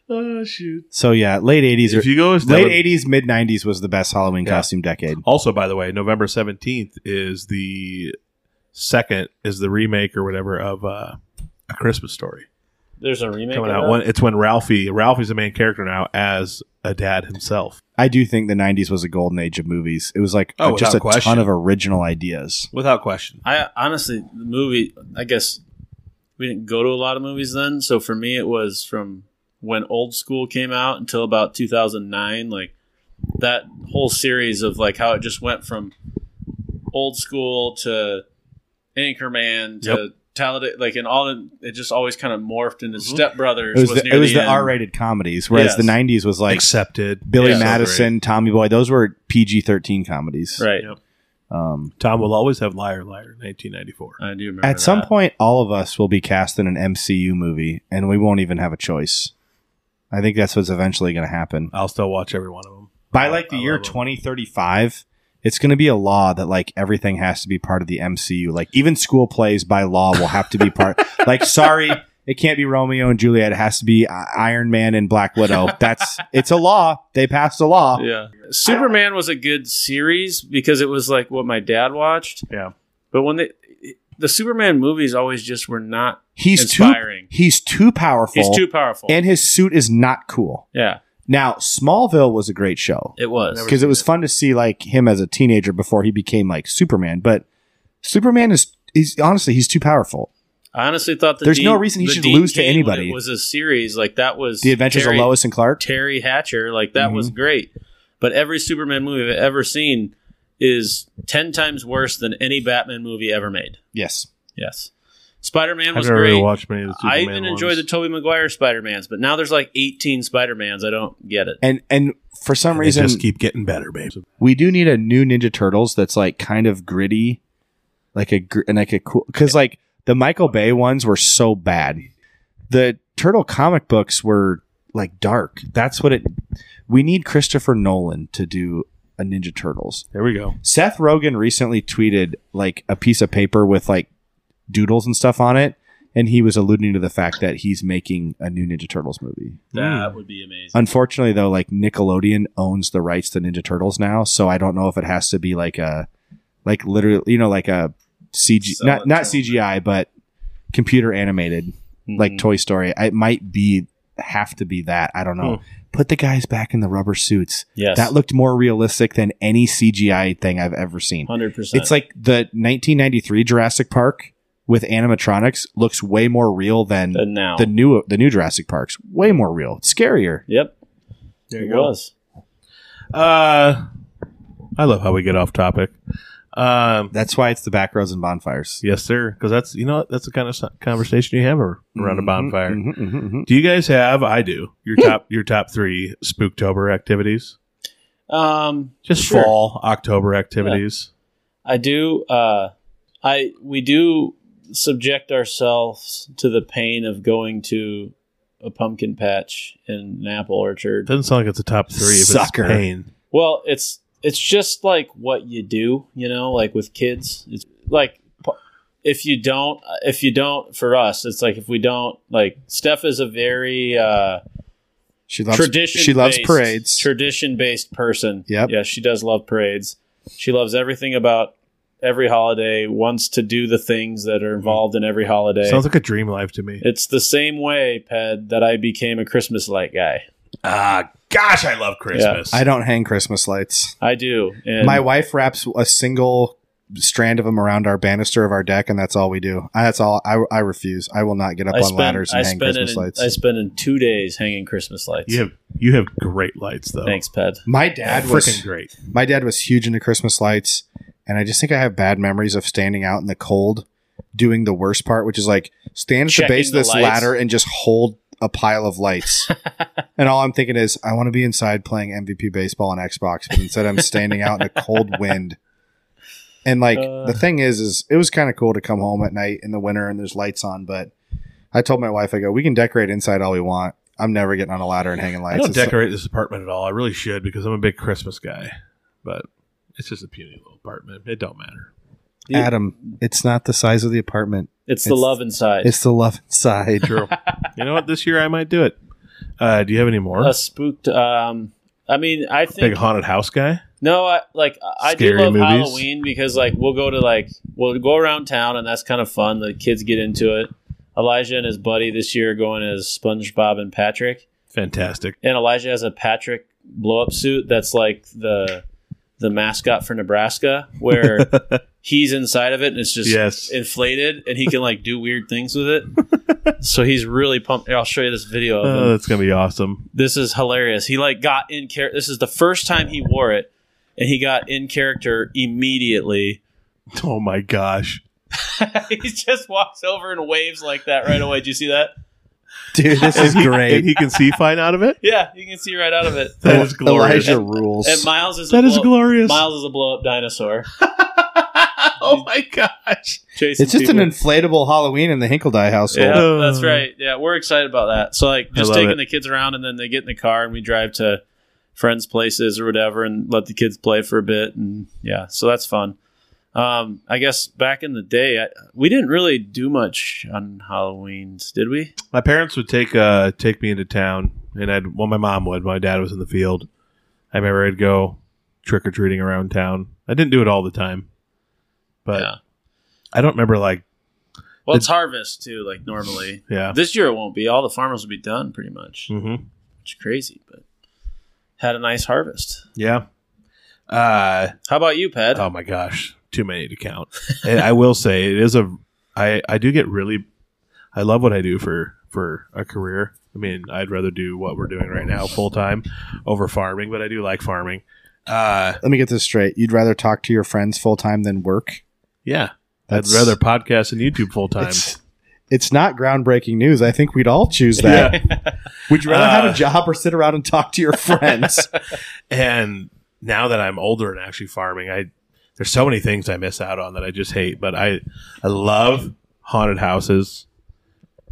Speaker 1: Oh shoot!
Speaker 2: So yeah, late eighties or
Speaker 1: If you go with
Speaker 2: late eighties, mid nineties was the best Halloween
Speaker 1: Yeah.
Speaker 2: costume decade.
Speaker 1: Also, by the way, November seventeenth is the second is the remake or whatever of uh, a Christmas story
Speaker 3: There's a remake
Speaker 1: coming
Speaker 3: of
Speaker 1: out.
Speaker 3: that?
Speaker 1: When, it's when Ralphie Ralphie's the main character now as a dad himself.
Speaker 2: I do think the '90s was a golden age of movies. It was like
Speaker 1: Oh,
Speaker 2: just a
Speaker 1: without question.
Speaker 2: ton of original ideas.
Speaker 1: Without question.
Speaker 3: I honestly, the movie. I guess we didn't go to a lot of movies then, so for me, it was from when Old School came out until about 2009. Like that whole series of like how it just went from Old School to Anchorman to Talladega, like and all. The, it just always kind of morphed into
Speaker 1: Mhm.
Speaker 3: Step Brothers.
Speaker 2: Mm-hmm. It was, the,
Speaker 3: near
Speaker 2: it was the,
Speaker 3: end.
Speaker 2: R-rated comedies, whereas
Speaker 3: Yes.
Speaker 2: the '90s was like
Speaker 1: Accepted.
Speaker 2: Billy
Speaker 3: Yeah.
Speaker 2: Madison, Tommy Boy. Those were PG-13 comedies.
Speaker 3: right?
Speaker 1: Yep.
Speaker 2: Um,
Speaker 1: Tom will always have liar liar. Nineteen ninety four.
Speaker 3: I do remember
Speaker 2: at some
Speaker 3: that.
Speaker 2: point, all of us will be cast in an MCU movie, and we won't even have a choice. I think that's what's eventually going to happen.
Speaker 1: I'll still watch every one of them.
Speaker 2: By like the
Speaker 1: I
Speaker 2: year
Speaker 1: love 'em.
Speaker 2: 2035, it's going to be a law that like everything has to be part of the MCU. Like even school plays by law will have to be part. like sorry, it can't be Romeo and Juliet. It has to be I- Iron Man and Black Widow. That's it's a law. They passed a law.
Speaker 3: Yeah. Superman was a good series because it was like what my dad watched.
Speaker 1: Yeah.
Speaker 3: But when they the Superman movies always just were not
Speaker 2: He's
Speaker 3: inspiring.
Speaker 2: too he's too powerful.
Speaker 3: He's too powerful.
Speaker 2: and his suit is not cool.
Speaker 3: yeah,
Speaker 2: Now Smallville was a great show.
Speaker 3: it was.
Speaker 1: Never-
Speaker 2: because it was fun to see like him as a teenager before he became like Superman. But Superman is he's honestly he's too powerful.
Speaker 3: I honestly thought that
Speaker 2: There's no reason he should lose to anybody.
Speaker 3: It was a series like that was
Speaker 2: The Adventures
Speaker 3: Terry,
Speaker 2: of Lois Mm-hmm. and Clark.
Speaker 3: Terry Hatcher. Like that was great. But every Superman movie I've ever seen is ten times worse than any Batman movie ever made.
Speaker 2: Yes.
Speaker 3: Yes, Spider Man
Speaker 1: I've
Speaker 3: was
Speaker 1: never
Speaker 3: great.
Speaker 1: really watched many of the
Speaker 3: I
Speaker 1: Superman
Speaker 3: even enjoyed the
Speaker 1: ones.
Speaker 3: Tobey Maguire Spider Mans, but now there's like 18 Spider Mans. I don't get it.
Speaker 2: And and for some
Speaker 1: They
Speaker 2: reason
Speaker 1: just keep getting better, babe.
Speaker 2: we do need a new Ninja Turtles that's like kind of gritty, like a gr- and like a cool because like the Michael Bay ones were so bad. The turtle comic books were like dark. That's what it. We need Christopher Nolan to do a Ninja Turtles.
Speaker 1: There we go.
Speaker 2: Seth Rogen recently tweeted like a piece of paper with like doodles and stuff on it, and he was alluding to the fact that he's making a new Ninja Turtles movie.
Speaker 3: That would be amazing.
Speaker 2: Unfortunately, though, like Nickelodeon owns the rights to Ninja Turtles now, so I don't know if it has to be like a like literally, you know, like a CG
Speaker 3: Sell
Speaker 2: not
Speaker 3: it
Speaker 2: not
Speaker 3: to 'em.
Speaker 2: CGI, but computer animated
Speaker 3: Hmm. Mm-hmm.
Speaker 2: like Toy Story. It might be have to be that. I don't know. Put the guys back in the rubber suits.
Speaker 3: Hmm. yes,
Speaker 2: That looked more realistic than any CGI thing I've ever seen.
Speaker 3: hundred percent.
Speaker 2: It's like the 1993 Jurassic Park with animatronics looks way more real than
Speaker 3: and now.
Speaker 2: the new the new Jurassic Parks. Way more real. It's scarier.
Speaker 3: yep,
Speaker 1: There
Speaker 3: it was.
Speaker 1: Uh, I love how we get off topic. Um,
Speaker 2: That's why it's the back rows and bonfires.
Speaker 1: yes, sir. Because that's you know what? that's the kind of s- conversation you have ar- around a
Speaker 2: Mhm,
Speaker 1: bonfire.
Speaker 2: mhm, mhm, mhm.
Speaker 1: Do you guys have? I do. Your top your top three Spooktober activities.
Speaker 3: Um,
Speaker 1: Just
Speaker 3: Sure.
Speaker 1: fall October activities.
Speaker 3: I do. Uh, I we do subject ourselves to the pain of going to a pumpkin patch in an apple orchard.
Speaker 1: Doesn't sound like it's a top three. If
Speaker 2: Sucker.
Speaker 1: It's pain.
Speaker 3: Well, it's it's just like what you do, you know, like with kids. It's like p- if you don't if you don't for us, it's like if we don't like Steph is a very uh
Speaker 2: She loves
Speaker 3: tradition
Speaker 2: She loves
Speaker 3: based-
Speaker 2: parades.
Speaker 3: Tradition based person.
Speaker 2: Yep.
Speaker 3: Yeah, she does love parades. She loves everything about every holiday, wants to do the things that are involved in every holiday.
Speaker 1: Sounds like a dream life to me.
Speaker 3: it's the same way, Ped, that I became a Christmas light guy.
Speaker 1: Ah, gosh, I love Christmas.
Speaker 2: I don't hang Christmas lights.
Speaker 3: I do. And
Speaker 2: My wife wraps a single strand of them around our banister of our deck, and that's all we do. I- That's all. I, I refuse. I will not get up
Speaker 3: I
Speaker 2: on
Speaker 3: spent,
Speaker 2: ladders and
Speaker 3: I
Speaker 2: hang
Speaker 3: spent
Speaker 2: Christmas
Speaker 3: it in,
Speaker 2: lights.
Speaker 3: I spent in two days hanging Christmas lights.
Speaker 1: You have you have great lights though.
Speaker 3: Thanks, Ped.
Speaker 2: my dad
Speaker 1: Freaking
Speaker 2: was
Speaker 1: great.
Speaker 2: my dad was huge into Christmas lights, and I just think I have bad memories of standing out in the cold, doing the worst part, which is like stand at
Speaker 3: Checking
Speaker 2: the base of
Speaker 3: the
Speaker 2: this
Speaker 3: lights.
Speaker 2: ladder and just hold a pile of lights. and all I'm thinking is I want to be inside playing MVP baseball on Xbox, but instead I'm standing out in a cold wind. And like
Speaker 3: Uh.
Speaker 2: the thing is, is it was kind of cool to come home at night in the winter and there's lights on, but I told my wife, I go, we can decorate inside all we want. I'm never getting on a ladder and hanging lights.
Speaker 1: I don't
Speaker 2: It's like-
Speaker 1: decorate this apartment at all. I really should because I'm a big Christmas guy, but it's just a puny little apartment. It don't matter.
Speaker 3: You-
Speaker 2: Adam, it's not the size of the apartment.
Speaker 3: It's the
Speaker 2: It's-
Speaker 3: love inside.
Speaker 2: It's the love inside.
Speaker 1: True. you know what? This year I might do it. Uh, do you have any more?
Speaker 3: a spooked. Um, I mean, I think
Speaker 1: Big haunted house guy.
Speaker 3: No, I like I I do
Speaker 1: Scary
Speaker 3: love
Speaker 1: movies?
Speaker 3: Halloween because like we'll go to like we'll go around town and that's kind of fun. The kids get into it. Elijah and his buddy this year are going as SpongeBob and Patrick,
Speaker 1: Fantastic.
Speaker 3: and Elijah has a Patrick blow up suit that's like the the mascot for Nebraska, where he's inside of it and it's just
Speaker 1: Yes.
Speaker 3: inflated and he can like do weird things with it. so he's really pumped. Here, I'll show you this video of him
Speaker 1: Oh, that's gonna be awesome.
Speaker 3: this is hilarious. He like got in character. This is the first time he wore it, and he got in character immediately.
Speaker 1: Oh my gosh.
Speaker 3: he just walks over and waves like that right away. Do you see that?
Speaker 2: Dude, this is
Speaker 1: And he-
Speaker 2: great.
Speaker 1: And he can see fine out of it.
Speaker 3: Yeah, you can see right out of it.
Speaker 1: That is glorious.
Speaker 2: Elijah rules.
Speaker 3: And Miles is
Speaker 1: That
Speaker 3: a
Speaker 1: is
Speaker 3: blow-
Speaker 1: glorious.
Speaker 3: Miles is a blow up dinosaur.
Speaker 1: oh my gosh.
Speaker 3: Chasing
Speaker 2: it's just an
Speaker 3: people.
Speaker 2: inflatable Halloween in the Hinkledye household.
Speaker 3: yeah,
Speaker 1: Oh.
Speaker 3: that's right. Yeah, we're excited about that. So like
Speaker 1: I
Speaker 3: just
Speaker 1: love
Speaker 3: taking
Speaker 1: it.
Speaker 3: the kids around and then they get in the car and we drive to friends' places or whatever and let the kids play for a bit and yeah, so that's fun. Um, I guess back in the day, I, we didn't really do much on Halloween's, did we?
Speaker 1: My parents would take uh take me into town, and I'd well, my mom would. My dad was in the field. I remember I'd go trick or treating around town. I didn't do it all the time, but
Speaker 3: Yeah.
Speaker 1: I don't remember like
Speaker 3: Well,
Speaker 1: The-
Speaker 3: it's harvest too, like normally.
Speaker 1: yeah.
Speaker 3: This year it won't be. All the farmers will be done pretty much,
Speaker 1: hmm
Speaker 3: which is crazy. But had a nice harvest.
Speaker 1: Yeah. Uh,
Speaker 3: How about you, Ped?
Speaker 1: oh my gosh, too many to count. and I will say it is a I I do get really I love what I do for for a career. I mean, I'd rather do what we're doing right now full time over farming, but I do like farming. Uh,
Speaker 2: Let me get this straight. You'd rather talk to your friends full time than work?
Speaker 1: yeah, I'd rather podcast and YouTube full time.
Speaker 2: It's, it's not groundbreaking news. I think we'd all choose that. Would you rather have
Speaker 1: Uh,
Speaker 2: a job or sit around and talk to your friends?
Speaker 1: And now that I'm older and actually farming, I there's so many things I miss out on that I just hate. But I I love haunted houses.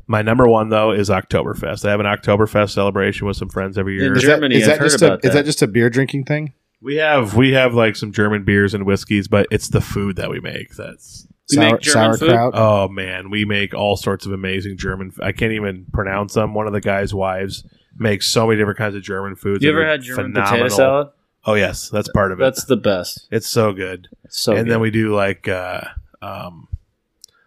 Speaker 1: My number one though is Oktoberfest. I have an Oktoberfest celebration with some friends every year.
Speaker 3: In
Speaker 2: Is that-
Speaker 3: Germany,
Speaker 2: is
Speaker 3: I've
Speaker 2: that
Speaker 3: heard
Speaker 2: just a,
Speaker 3: about
Speaker 2: is that
Speaker 3: that.
Speaker 2: just a beer drinking thing?
Speaker 1: We have we have like some German beers and whiskeys, but it's the food that we make that's
Speaker 3: You make German food?
Speaker 2: sauerkraut.
Speaker 1: oh man, we make all sorts of amazing German. I can't even pronounce them. One of the guys' wives makes so many different kinds of German foods.
Speaker 3: you
Speaker 1: that
Speaker 3: ever
Speaker 1: are
Speaker 3: had German potato
Speaker 1: phenomenal.
Speaker 3: salad?
Speaker 1: Oh yes, that's part of it.
Speaker 3: That's the best.
Speaker 1: it's so good.
Speaker 3: So
Speaker 1: and
Speaker 3: good.
Speaker 1: then we do like uh, um,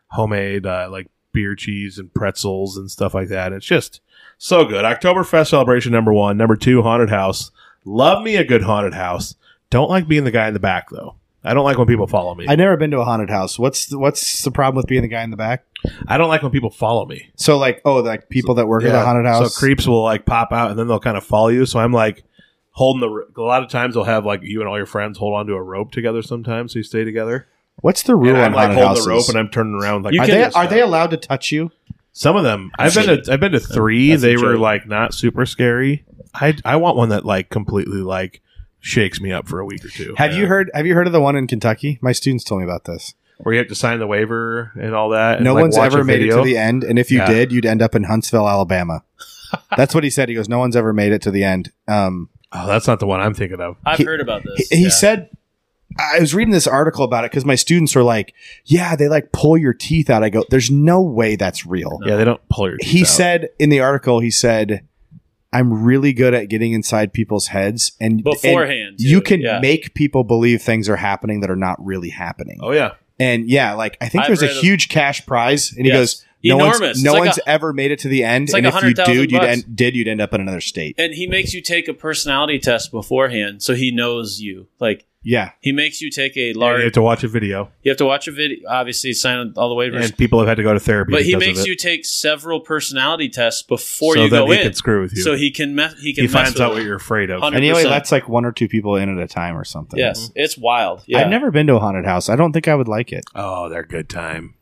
Speaker 1: homemade uh, like beer cheese and pretzels and stuff like that. It's just so good. Oktoberfest celebration number one, number two haunted house. Love me a good haunted house. Don't like being the guy in the back though. I don't like when people follow me.
Speaker 2: I've never been to a haunted house. What's the, what's the problem with being the guy in the back?
Speaker 1: I don't like when people follow me.
Speaker 2: So like, oh, like people that work at
Speaker 1: Yeah.
Speaker 2: a haunted house.
Speaker 1: So creeps will like pop out and then they'll kind of follow you. So I'm like holding the. r- A lot of times they'll have like you and all your friends hold onto a rope together. Sometimes so you stay together.
Speaker 2: What's the rule
Speaker 1: And I'm
Speaker 2: on
Speaker 1: like
Speaker 2: haunted
Speaker 1: holding
Speaker 2: houses?
Speaker 1: the rope and I'm turning around like
Speaker 3: You
Speaker 2: are
Speaker 3: can
Speaker 2: they
Speaker 3: just-
Speaker 2: are they allowed to touch you?
Speaker 1: Some of them. I've been to I've been to three.
Speaker 3: That's a
Speaker 1: they were
Speaker 3: joke.
Speaker 1: like not super scary. I I want one that like completely like shakes me up for a week or two.
Speaker 2: Have you heard Have you heard of the one in Kentucky? My students told me about this.
Speaker 1: where you have to sign the waiver and all
Speaker 3: Uh,
Speaker 1: that? and,
Speaker 2: no
Speaker 1: like,
Speaker 2: one's
Speaker 1: watch a
Speaker 2: ever made it
Speaker 1: video?
Speaker 2: to the end, and if you
Speaker 1: Yeah.
Speaker 2: did, you'd end up in Huntsville, Alabama. That's what he said. He goes, "No one's ever made it to the end." Um,
Speaker 1: Oh, that's not the one I'm thinking of.
Speaker 3: I've
Speaker 2: he-
Speaker 3: heard about
Speaker 2: he,
Speaker 3: this.
Speaker 2: he
Speaker 3: yeah.
Speaker 2: said, "I was reading this article about it because my students were like, yeah, they like pull your teeth out.' I go, "There's no way that's real."
Speaker 1: Yeah, they don't pull your.
Speaker 2: he
Speaker 1: teeth out.
Speaker 2: said in the article, he said, "I'm really good at getting inside people's heads, and and
Speaker 3: beforehand,
Speaker 2: you
Speaker 3: too,
Speaker 2: can
Speaker 3: yeah.
Speaker 2: make people believe things are happening that are not really happening."
Speaker 1: "Oh yeah,
Speaker 2: And yeah, like I think
Speaker 3: I've
Speaker 2: there's a
Speaker 3: read of-
Speaker 2: huge cash prize, and he
Speaker 3: Yes.
Speaker 2: goes, No
Speaker 3: enormous.
Speaker 2: one's, no
Speaker 3: it's like
Speaker 2: one's
Speaker 3: a-
Speaker 2: ever made it to the end.
Speaker 3: It's like
Speaker 2: and if you
Speaker 3: 100,000
Speaker 2: did, you'd
Speaker 3: bucks.
Speaker 2: end, did, you'd end up in another state.
Speaker 3: and he makes you take a personality test beforehand, so he knows you. Like
Speaker 2: Yeah.
Speaker 3: he makes you take a
Speaker 1: You
Speaker 3: large.
Speaker 1: have to watch a video,
Speaker 3: you have to watch a video. Obviously, sign all the waivers.
Speaker 1: and people have had to go to therapy.
Speaker 3: but he
Speaker 1: because of
Speaker 3: makes
Speaker 1: it.
Speaker 3: you take several personality tests before
Speaker 1: so
Speaker 3: you
Speaker 1: that
Speaker 3: go
Speaker 1: he
Speaker 3: in,
Speaker 1: can screw with you.
Speaker 3: so he can mess. He can
Speaker 1: he
Speaker 3: mess
Speaker 1: finds
Speaker 3: with
Speaker 1: out
Speaker 3: it.
Speaker 1: what you're afraid of.
Speaker 3: Hundred-
Speaker 2: And he only
Speaker 3: 100%.
Speaker 2: lets like one or two people in at a time or something.
Speaker 3: Yes, it's wild. Yeah.
Speaker 2: I've never been to a haunted house. I don't think I would like it.
Speaker 1: Oh, they're good time.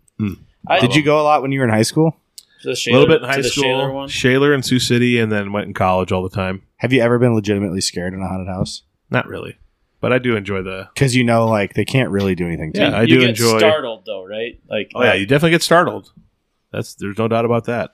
Speaker 3: I-
Speaker 2: Did you go a lot when you were in high school?
Speaker 3: to
Speaker 1: A
Speaker 3: the
Speaker 1: little
Speaker 3: Shaler-
Speaker 1: bit in
Speaker 3: to
Speaker 1: high
Speaker 3: the
Speaker 1: school,
Speaker 3: Shaler one?
Speaker 1: Shaler and Sioux City, and then went in college all the time.
Speaker 2: Have you ever been legitimately scared in a haunted house?
Speaker 1: Not really, but I do enjoy the.
Speaker 2: Because you know, like they can't really do anything to
Speaker 1: Yeah,
Speaker 2: you.
Speaker 1: I
Speaker 3: you
Speaker 1: do
Speaker 3: get
Speaker 1: enjoy.
Speaker 3: startled though, right? Like
Speaker 1: Oh yeah, you definitely get startled. That's there's no doubt about that.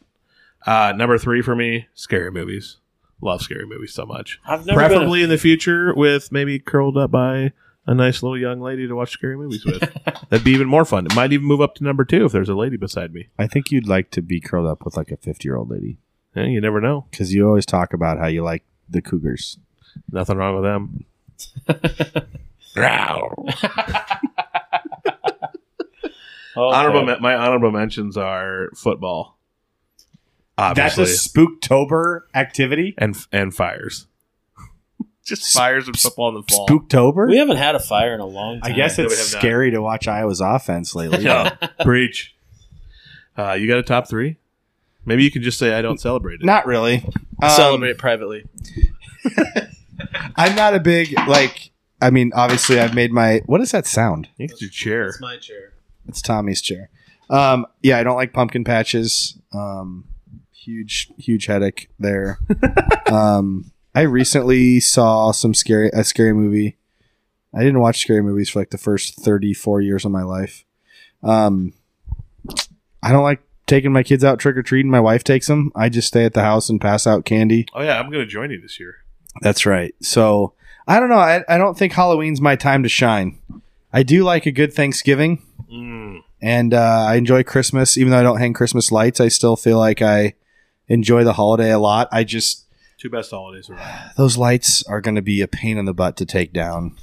Speaker 1: Uh, number three for me, scary movies. Love scary movies so much.
Speaker 3: I've never
Speaker 1: Preferably in the future with maybe curled up by a nice little young lady to watch scary movies with. That'd be even more fun. It might even move up to number two if there's a lady beside me.
Speaker 2: I think you'd like to be curled up with like a 50 year old lady
Speaker 1: Eh, you never know.
Speaker 2: because you always talk about how you like the cougars.
Speaker 1: Nothing wrong with them. Growl.
Speaker 3: been Oh, okay.
Speaker 1: Honorable, men- my honorable mentions are football, obviously,
Speaker 2: That's a spooktober activity.
Speaker 1: and and fires. Just fires and football in the fall.
Speaker 2: Spooktober.
Speaker 3: We haven't had a fire in a long
Speaker 2: I
Speaker 3: time.
Speaker 2: guess
Speaker 1: No,
Speaker 2: it's
Speaker 1: we have not.
Speaker 2: scary to watch Iowa's offense lately.
Speaker 1: Yeah. Preach. Uh, you got a top three? Maybe you can just say I don't celebrate it.
Speaker 2: Not really. Um,
Speaker 3: celebrate privately.
Speaker 2: I'm not a big like. I mean, obviously, I've made my. What is that sound?
Speaker 1: You can do chair.
Speaker 3: It's my chair.
Speaker 2: It's Tommy's chair. Um, yeah, I don't like pumpkin patches. Um, huge, huge headache there. um, I recently saw some scary a scary movie. I didn't watch scary movies for like the first thirty four years of my life. Um, I don't like taking my kids out trick or treating. My wife takes them. I just stay at the house and pass out candy.
Speaker 1: Oh yeah, I'm gonna join you this year.
Speaker 2: That's right. So I don't know. I, I don't think Halloween's my time to shine. I do like a good Thanksgiving
Speaker 1: Mm.
Speaker 2: and uh, I enjoy Christmas. Even though I don't hang Christmas lights, I still feel like I enjoy the holiday a lot. I just
Speaker 1: Two best holidays around.
Speaker 2: those lights are going to be a pain in the butt to take down.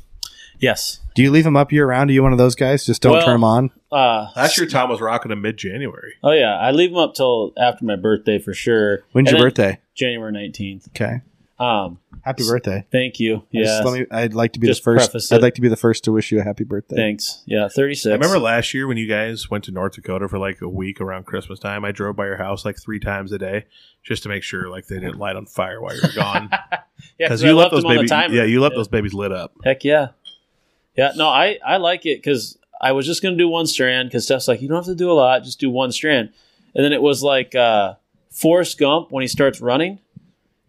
Speaker 3: Yes.
Speaker 2: Do you leave them up year round? Are you one of those guys? Just don't
Speaker 3: Well-
Speaker 2: turn them on.
Speaker 3: Uh,
Speaker 1: Last year Tom was rocking them mid January.
Speaker 3: oh yeah, I leave them up till after my birthday for sure.
Speaker 2: When's your
Speaker 3: And then
Speaker 2: birthday?
Speaker 3: January nineteenth.
Speaker 2: Okay,
Speaker 3: Um,
Speaker 2: happy birthday.
Speaker 3: thank you.
Speaker 2: I just-
Speaker 3: Yeah,
Speaker 2: let me, I'd like to be
Speaker 3: Just
Speaker 2: the first.
Speaker 3: preface it.
Speaker 2: I'd like to be the first to wish you a happy birthday.
Speaker 3: thanks. Yeah, thirty
Speaker 1: I
Speaker 3: six.
Speaker 1: remember last year when you guys went to North Dakota for like a week around Christmas time. I drove by your house like three times a day just to make sure like they didn't light on fire while you were gone.
Speaker 3: yeah,
Speaker 1: Because
Speaker 3: I
Speaker 1: you left those
Speaker 3: them on the
Speaker 1: babies.
Speaker 3: timer.
Speaker 1: Yeah, you left those babies lit up.
Speaker 3: Heck yeah, yeah. No, I I like it because I was just gonna do one strand because Steph's like, you don't have to do a lot, just do one strand. And then it was like uh, Forrest Gump when he starts running.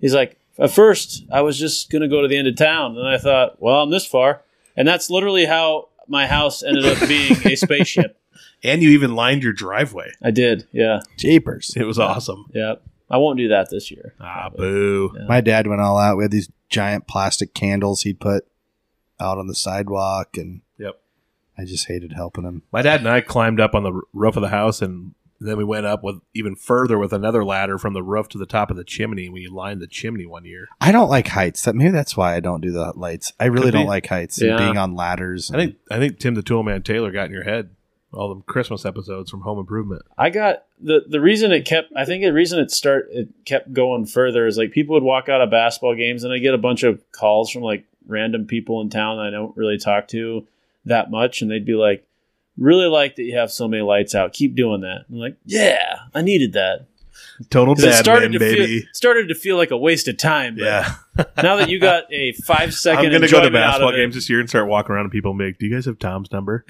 Speaker 3: He's like, at first I was just gonna go to the end of town, and I thought, well, I'm this far, and that's literally how my house ended up being a spaceship.
Speaker 1: And you even lined your driveway.
Speaker 3: I did, yeah,
Speaker 2: Japers.
Speaker 1: It was awesome.
Speaker 3: yeah. I won't do that this year.
Speaker 1: Ah, boo.
Speaker 2: My dad went all out. We had these giant plastic candles he'd put out on the sidewalk, and
Speaker 1: Yep.
Speaker 2: I just hated helping him.
Speaker 1: My dad and I climbed up on the r- roof of the house, and then we went up with even further with another ladder from the roof to the top of the chimney. We lined the chimney one year.
Speaker 2: I don't like heights. That maybe that's why I don't do the lights. I really
Speaker 1: Could be.
Speaker 2: don't like heights
Speaker 3: Yeah.
Speaker 2: and being on ladders.
Speaker 1: I think I think Tim the Toolman Taylor got in your head all them Christmas episodes from Home Improvement.
Speaker 3: I got the the reason it kept. I think the reason it start it kept going further is like people would walk out of basketball games, and I get a bunch of calls from like random people in town that I don't really talk to that much, and they'd be like, "Really like that you have so many lights out. Keep doing that." I'm like, "Yeah, I needed that."
Speaker 1: Total
Speaker 3: 'Cause it
Speaker 1: bad
Speaker 3: started
Speaker 1: man,
Speaker 3: to
Speaker 1: baby.
Speaker 3: feel started to feel like a waste of time. but
Speaker 1: yeah,
Speaker 3: now that you got a five second,
Speaker 1: I'm gonna go to
Speaker 3: enjoyment out of
Speaker 1: basketball
Speaker 3: it-
Speaker 1: games this year and start walking around and people and be like, "Do you guys have Tom's number?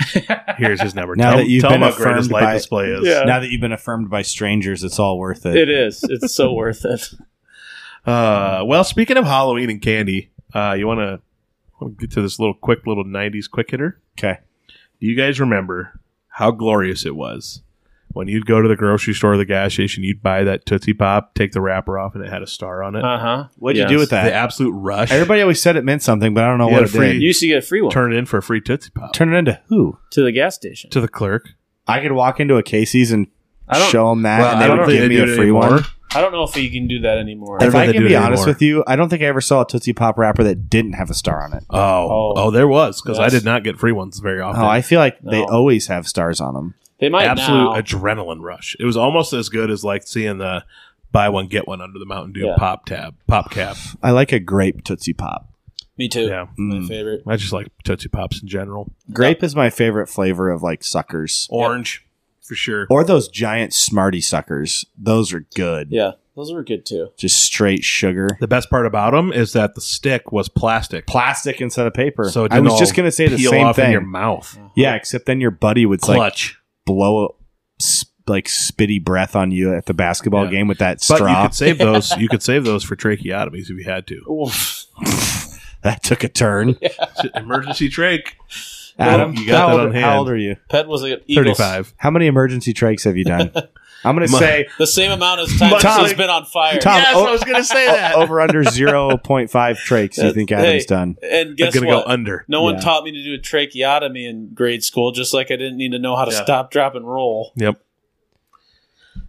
Speaker 1: Here's his number."
Speaker 2: Now
Speaker 1: tell
Speaker 2: that you've
Speaker 1: tell
Speaker 2: been
Speaker 1: him how great his
Speaker 2: affirmed
Speaker 1: light
Speaker 2: by-
Speaker 1: display is.
Speaker 3: Yeah.
Speaker 2: now that you've been affirmed by strangers, it's all worth it.
Speaker 3: It is. It's so worth it.
Speaker 1: Uh, well, speaking of Halloween and candy, uh, you want to get to this little quick little '90s quick hitter?
Speaker 2: Okay.
Speaker 1: Do you guys remember how glorious it was when you'd go to the grocery store, or the gas station, you'd buy that Tootsie Pop, take the wrapper off, and it had a star on it?
Speaker 3: Uh huh.
Speaker 2: What'd you do with
Speaker 1: the
Speaker 2: that?
Speaker 1: absolute rush.
Speaker 2: Everybody always said it meant something, but I don't know
Speaker 1: You
Speaker 2: what
Speaker 1: had
Speaker 2: it
Speaker 1: a free-
Speaker 2: did.
Speaker 3: You used to get a free one
Speaker 1: turn it in for a free Tootsie Pop
Speaker 2: Turn it into who?
Speaker 3: to the gas station.
Speaker 1: to the clerk.
Speaker 2: I could walk into a Casey's and
Speaker 3: I don't.
Speaker 2: show them that, and they
Speaker 1: I don't
Speaker 2: would
Speaker 1: think they
Speaker 2: give me
Speaker 1: do
Speaker 2: a
Speaker 1: it
Speaker 2: free
Speaker 1: anymore.
Speaker 2: one.
Speaker 3: I don't know if you can do that anymore.
Speaker 1: They're
Speaker 2: If
Speaker 1: not
Speaker 2: I
Speaker 1: gonna
Speaker 2: can
Speaker 1: do
Speaker 2: be
Speaker 1: it
Speaker 2: honest
Speaker 1: anymore.
Speaker 2: with you, I don't think I ever saw a Tootsie Pop wrapper that didn't have a star on it.
Speaker 1: Oh, oh,
Speaker 3: Oh.
Speaker 1: there was because I
Speaker 3: Yes.
Speaker 1: did not get free ones very often.
Speaker 2: Oh, I feel like they
Speaker 3: No.
Speaker 2: always have stars on them.
Speaker 3: They might
Speaker 1: absolute
Speaker 3: now.
Speaker 1: adrenaline rush. It was almost as good as like seeing the buy one get one under the Mountain Dew
Speaker 3: Yeah.
Speaker 1: pop tab pop cap.
Speaker 2: I like a grape Tootsie Pop. Mm.
Speaker 3: Me too.
Speaker 1: Yeah, Mm.
Speaker 3: My favorite.
Speaker 1: I just like Tootsie Pops in general.
Speaker 2: Grape is my favorite flavor of like suckers.
Speaker 1: Orange for sure.
Speaker 2: Or those giant Smarty suckers. Those are good.
Speaker 3: Yeah, those were good too.
Speaker 2: Just straight sugar.
Speaker 1: The best part about them is that the stick was plastic.
Speaker 2: Plastic instead of paper.
Speaker 1: So it
Speaker 2: I
Speaker 1: didn't
Speaker 2: was
Speaker 1: all
Speaker 2: just going to say the
Speaker 1: Peel
Speaker 2: same
Speaker 1: off in
Speaker 2: thing.
Speaker 1: your mouth.
Speaker 2: yeah, except then your buddy would like
Speaker 1: Clutch.
Speaker 2: blow a, sp- like spitty breath on you at the basketball
Speaker 1: Yeah.
Speaker 2: game with that
Speaker 1: but you
Speaker 2: straw.
Speaker 1: could save those. You could save those for tracheotomies if you had to.
Speaker 3: Oof.
Speaker 2: that took a turn.
Speaker 1: Emergency trach.
Speaker 2: Adam,
Speaker 1: you got
Speaker 2: how,
Speaker 1: that
Speaker 2: old,
Speaker 1: on
Speaker 2: how
Speaker 1: hand.
Speaker 2: old are you?
Speaker 3: Pet was an Eagles.
Speaker 1: Thirty-five.
Speaker 2: How many emergency trakes have you done? I'm going to
Speaker 1: My-
Speaker 2: say
Speaker 3: The same amount as times
Speaker 2: Tom-
Speaker 3: he's been on fire.
Speaker 2: Tom, oh,
Speaker 1: Yes,
Speaker 2: o-
Speaker 1: I was gonna say
Speaker 2: o- over under 0.5 trakes you
Speaker 3: That's-
Speaker 2: think Adam's
Speaker 3: hey.
Speaker 2: done.
Speaker 3: And
Speaker 1: I'm
Speaker 3: guess
Speaker 1: gonna
Speaker 3: what?
Speaker 1: go under.
Speaker 3: no one
Speaker 2: Yeah.
Speaker 3: taught me to do a tracheotomy in grade school, just like I didn't need to know how to
Speaker 1: Yeah.
Speaker 3: stop, drop, and roll.
Speaker 1: Yep.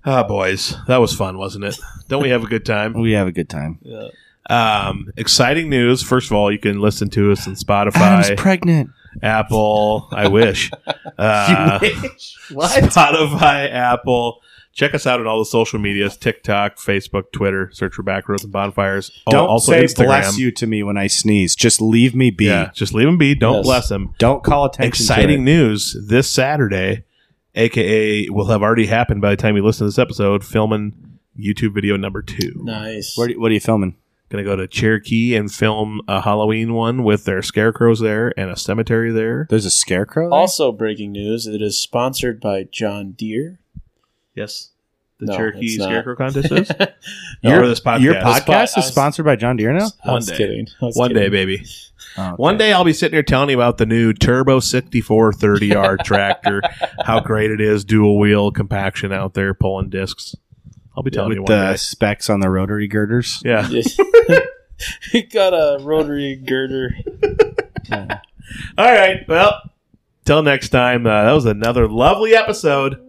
Speaker 1: Ah, boys, that was fun, wasn't it? Don't we have a good time?
Speaker 2: We have a good time.
Speaker 3: Yeah.
Speaker 1: Um, exciting news. First of all, you can listen to us on Spotify,
Speaker 2: pregnant.
Speaker 1: Apple. I wish. Uh, Spotify, Apple. Check us out on all the social medias: TikTok, Facebook, Twitter. Search for Back Roads and Bonfires. Al-
Speaker 2: Don't
Speaker 1: Oh, also
Speaker 2: say
Speaker 1: Instagram.
Speaker 2: bless you to me when I sneeze. Just leave me be.
Speaker 1: Yeah, just leave them be. Don't
Speaker 3: Yes.
Speaker 1: bless them.
Speaker 2: Don't call attention
Speaker 1: Exciting
Speaker 2: to it.
Speaker 1: news this Saturday, aka will have already happened by the time you listen to this episode. Filming YouTube video number two.
Speaker 3: Nice.
Speaker 2: Where do you- what are you filming?
Speaker 1: Gonna go to Cherokee and film a Halloween one with their scarecrows there and a cemetery there.
Speaker 2: There's a scarecrow? there?
Speaker 3: also, breaking news: it is sponsored by John Deere.
Speaker 1: Yes, the
Speaker 3: No,
Speaker 1: Cherokee
Speaker 3: it's not.
Speaker 1: scarecrow contest is.
Speaker 3: I
Speaker 1: Or this podcast.
Speaker 2: Your
Speaker 1: This
Speaker 3: pod- I
Speaker 2: podcast is
Speaker 3: was-
Speaker 2: sponsored by John Deere now?
Speaker 1: One
Speaker 3: was
Speaker 1: day.
Speaker 3: kidding. I was
Speaker 1: One
Speaker 3: kidding.
Speaker 1: day, baby.
Speaker 2: Oh,
Speaker 1: One day I'll be sitting here telling you about the new Turbo 6430R tractor, how great it is, dual wheel compaction out there pulling discs. I'll be telling you
Speaker 2: With
Speaker 1: one
Speaker 2: the
Speaker 1: day.
Speaker 2: specs on the rotary girders.
Speaker 1: Yeah.
Speaker 3: he got a rotary girder.
Speaker 1: All right. Well, till next time. Uh, that was another lovely episode.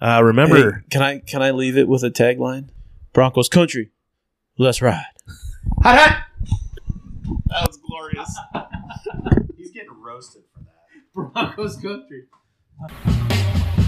Speaker 1: Uh, remember,
Speaker 3: Hey, can I can I leave it with a tagline? Broncos country, let's ride.
Speaker 1: that was glorious.
Speaker 2: He's getting roasted for that.
Speaker 5: Broncos country.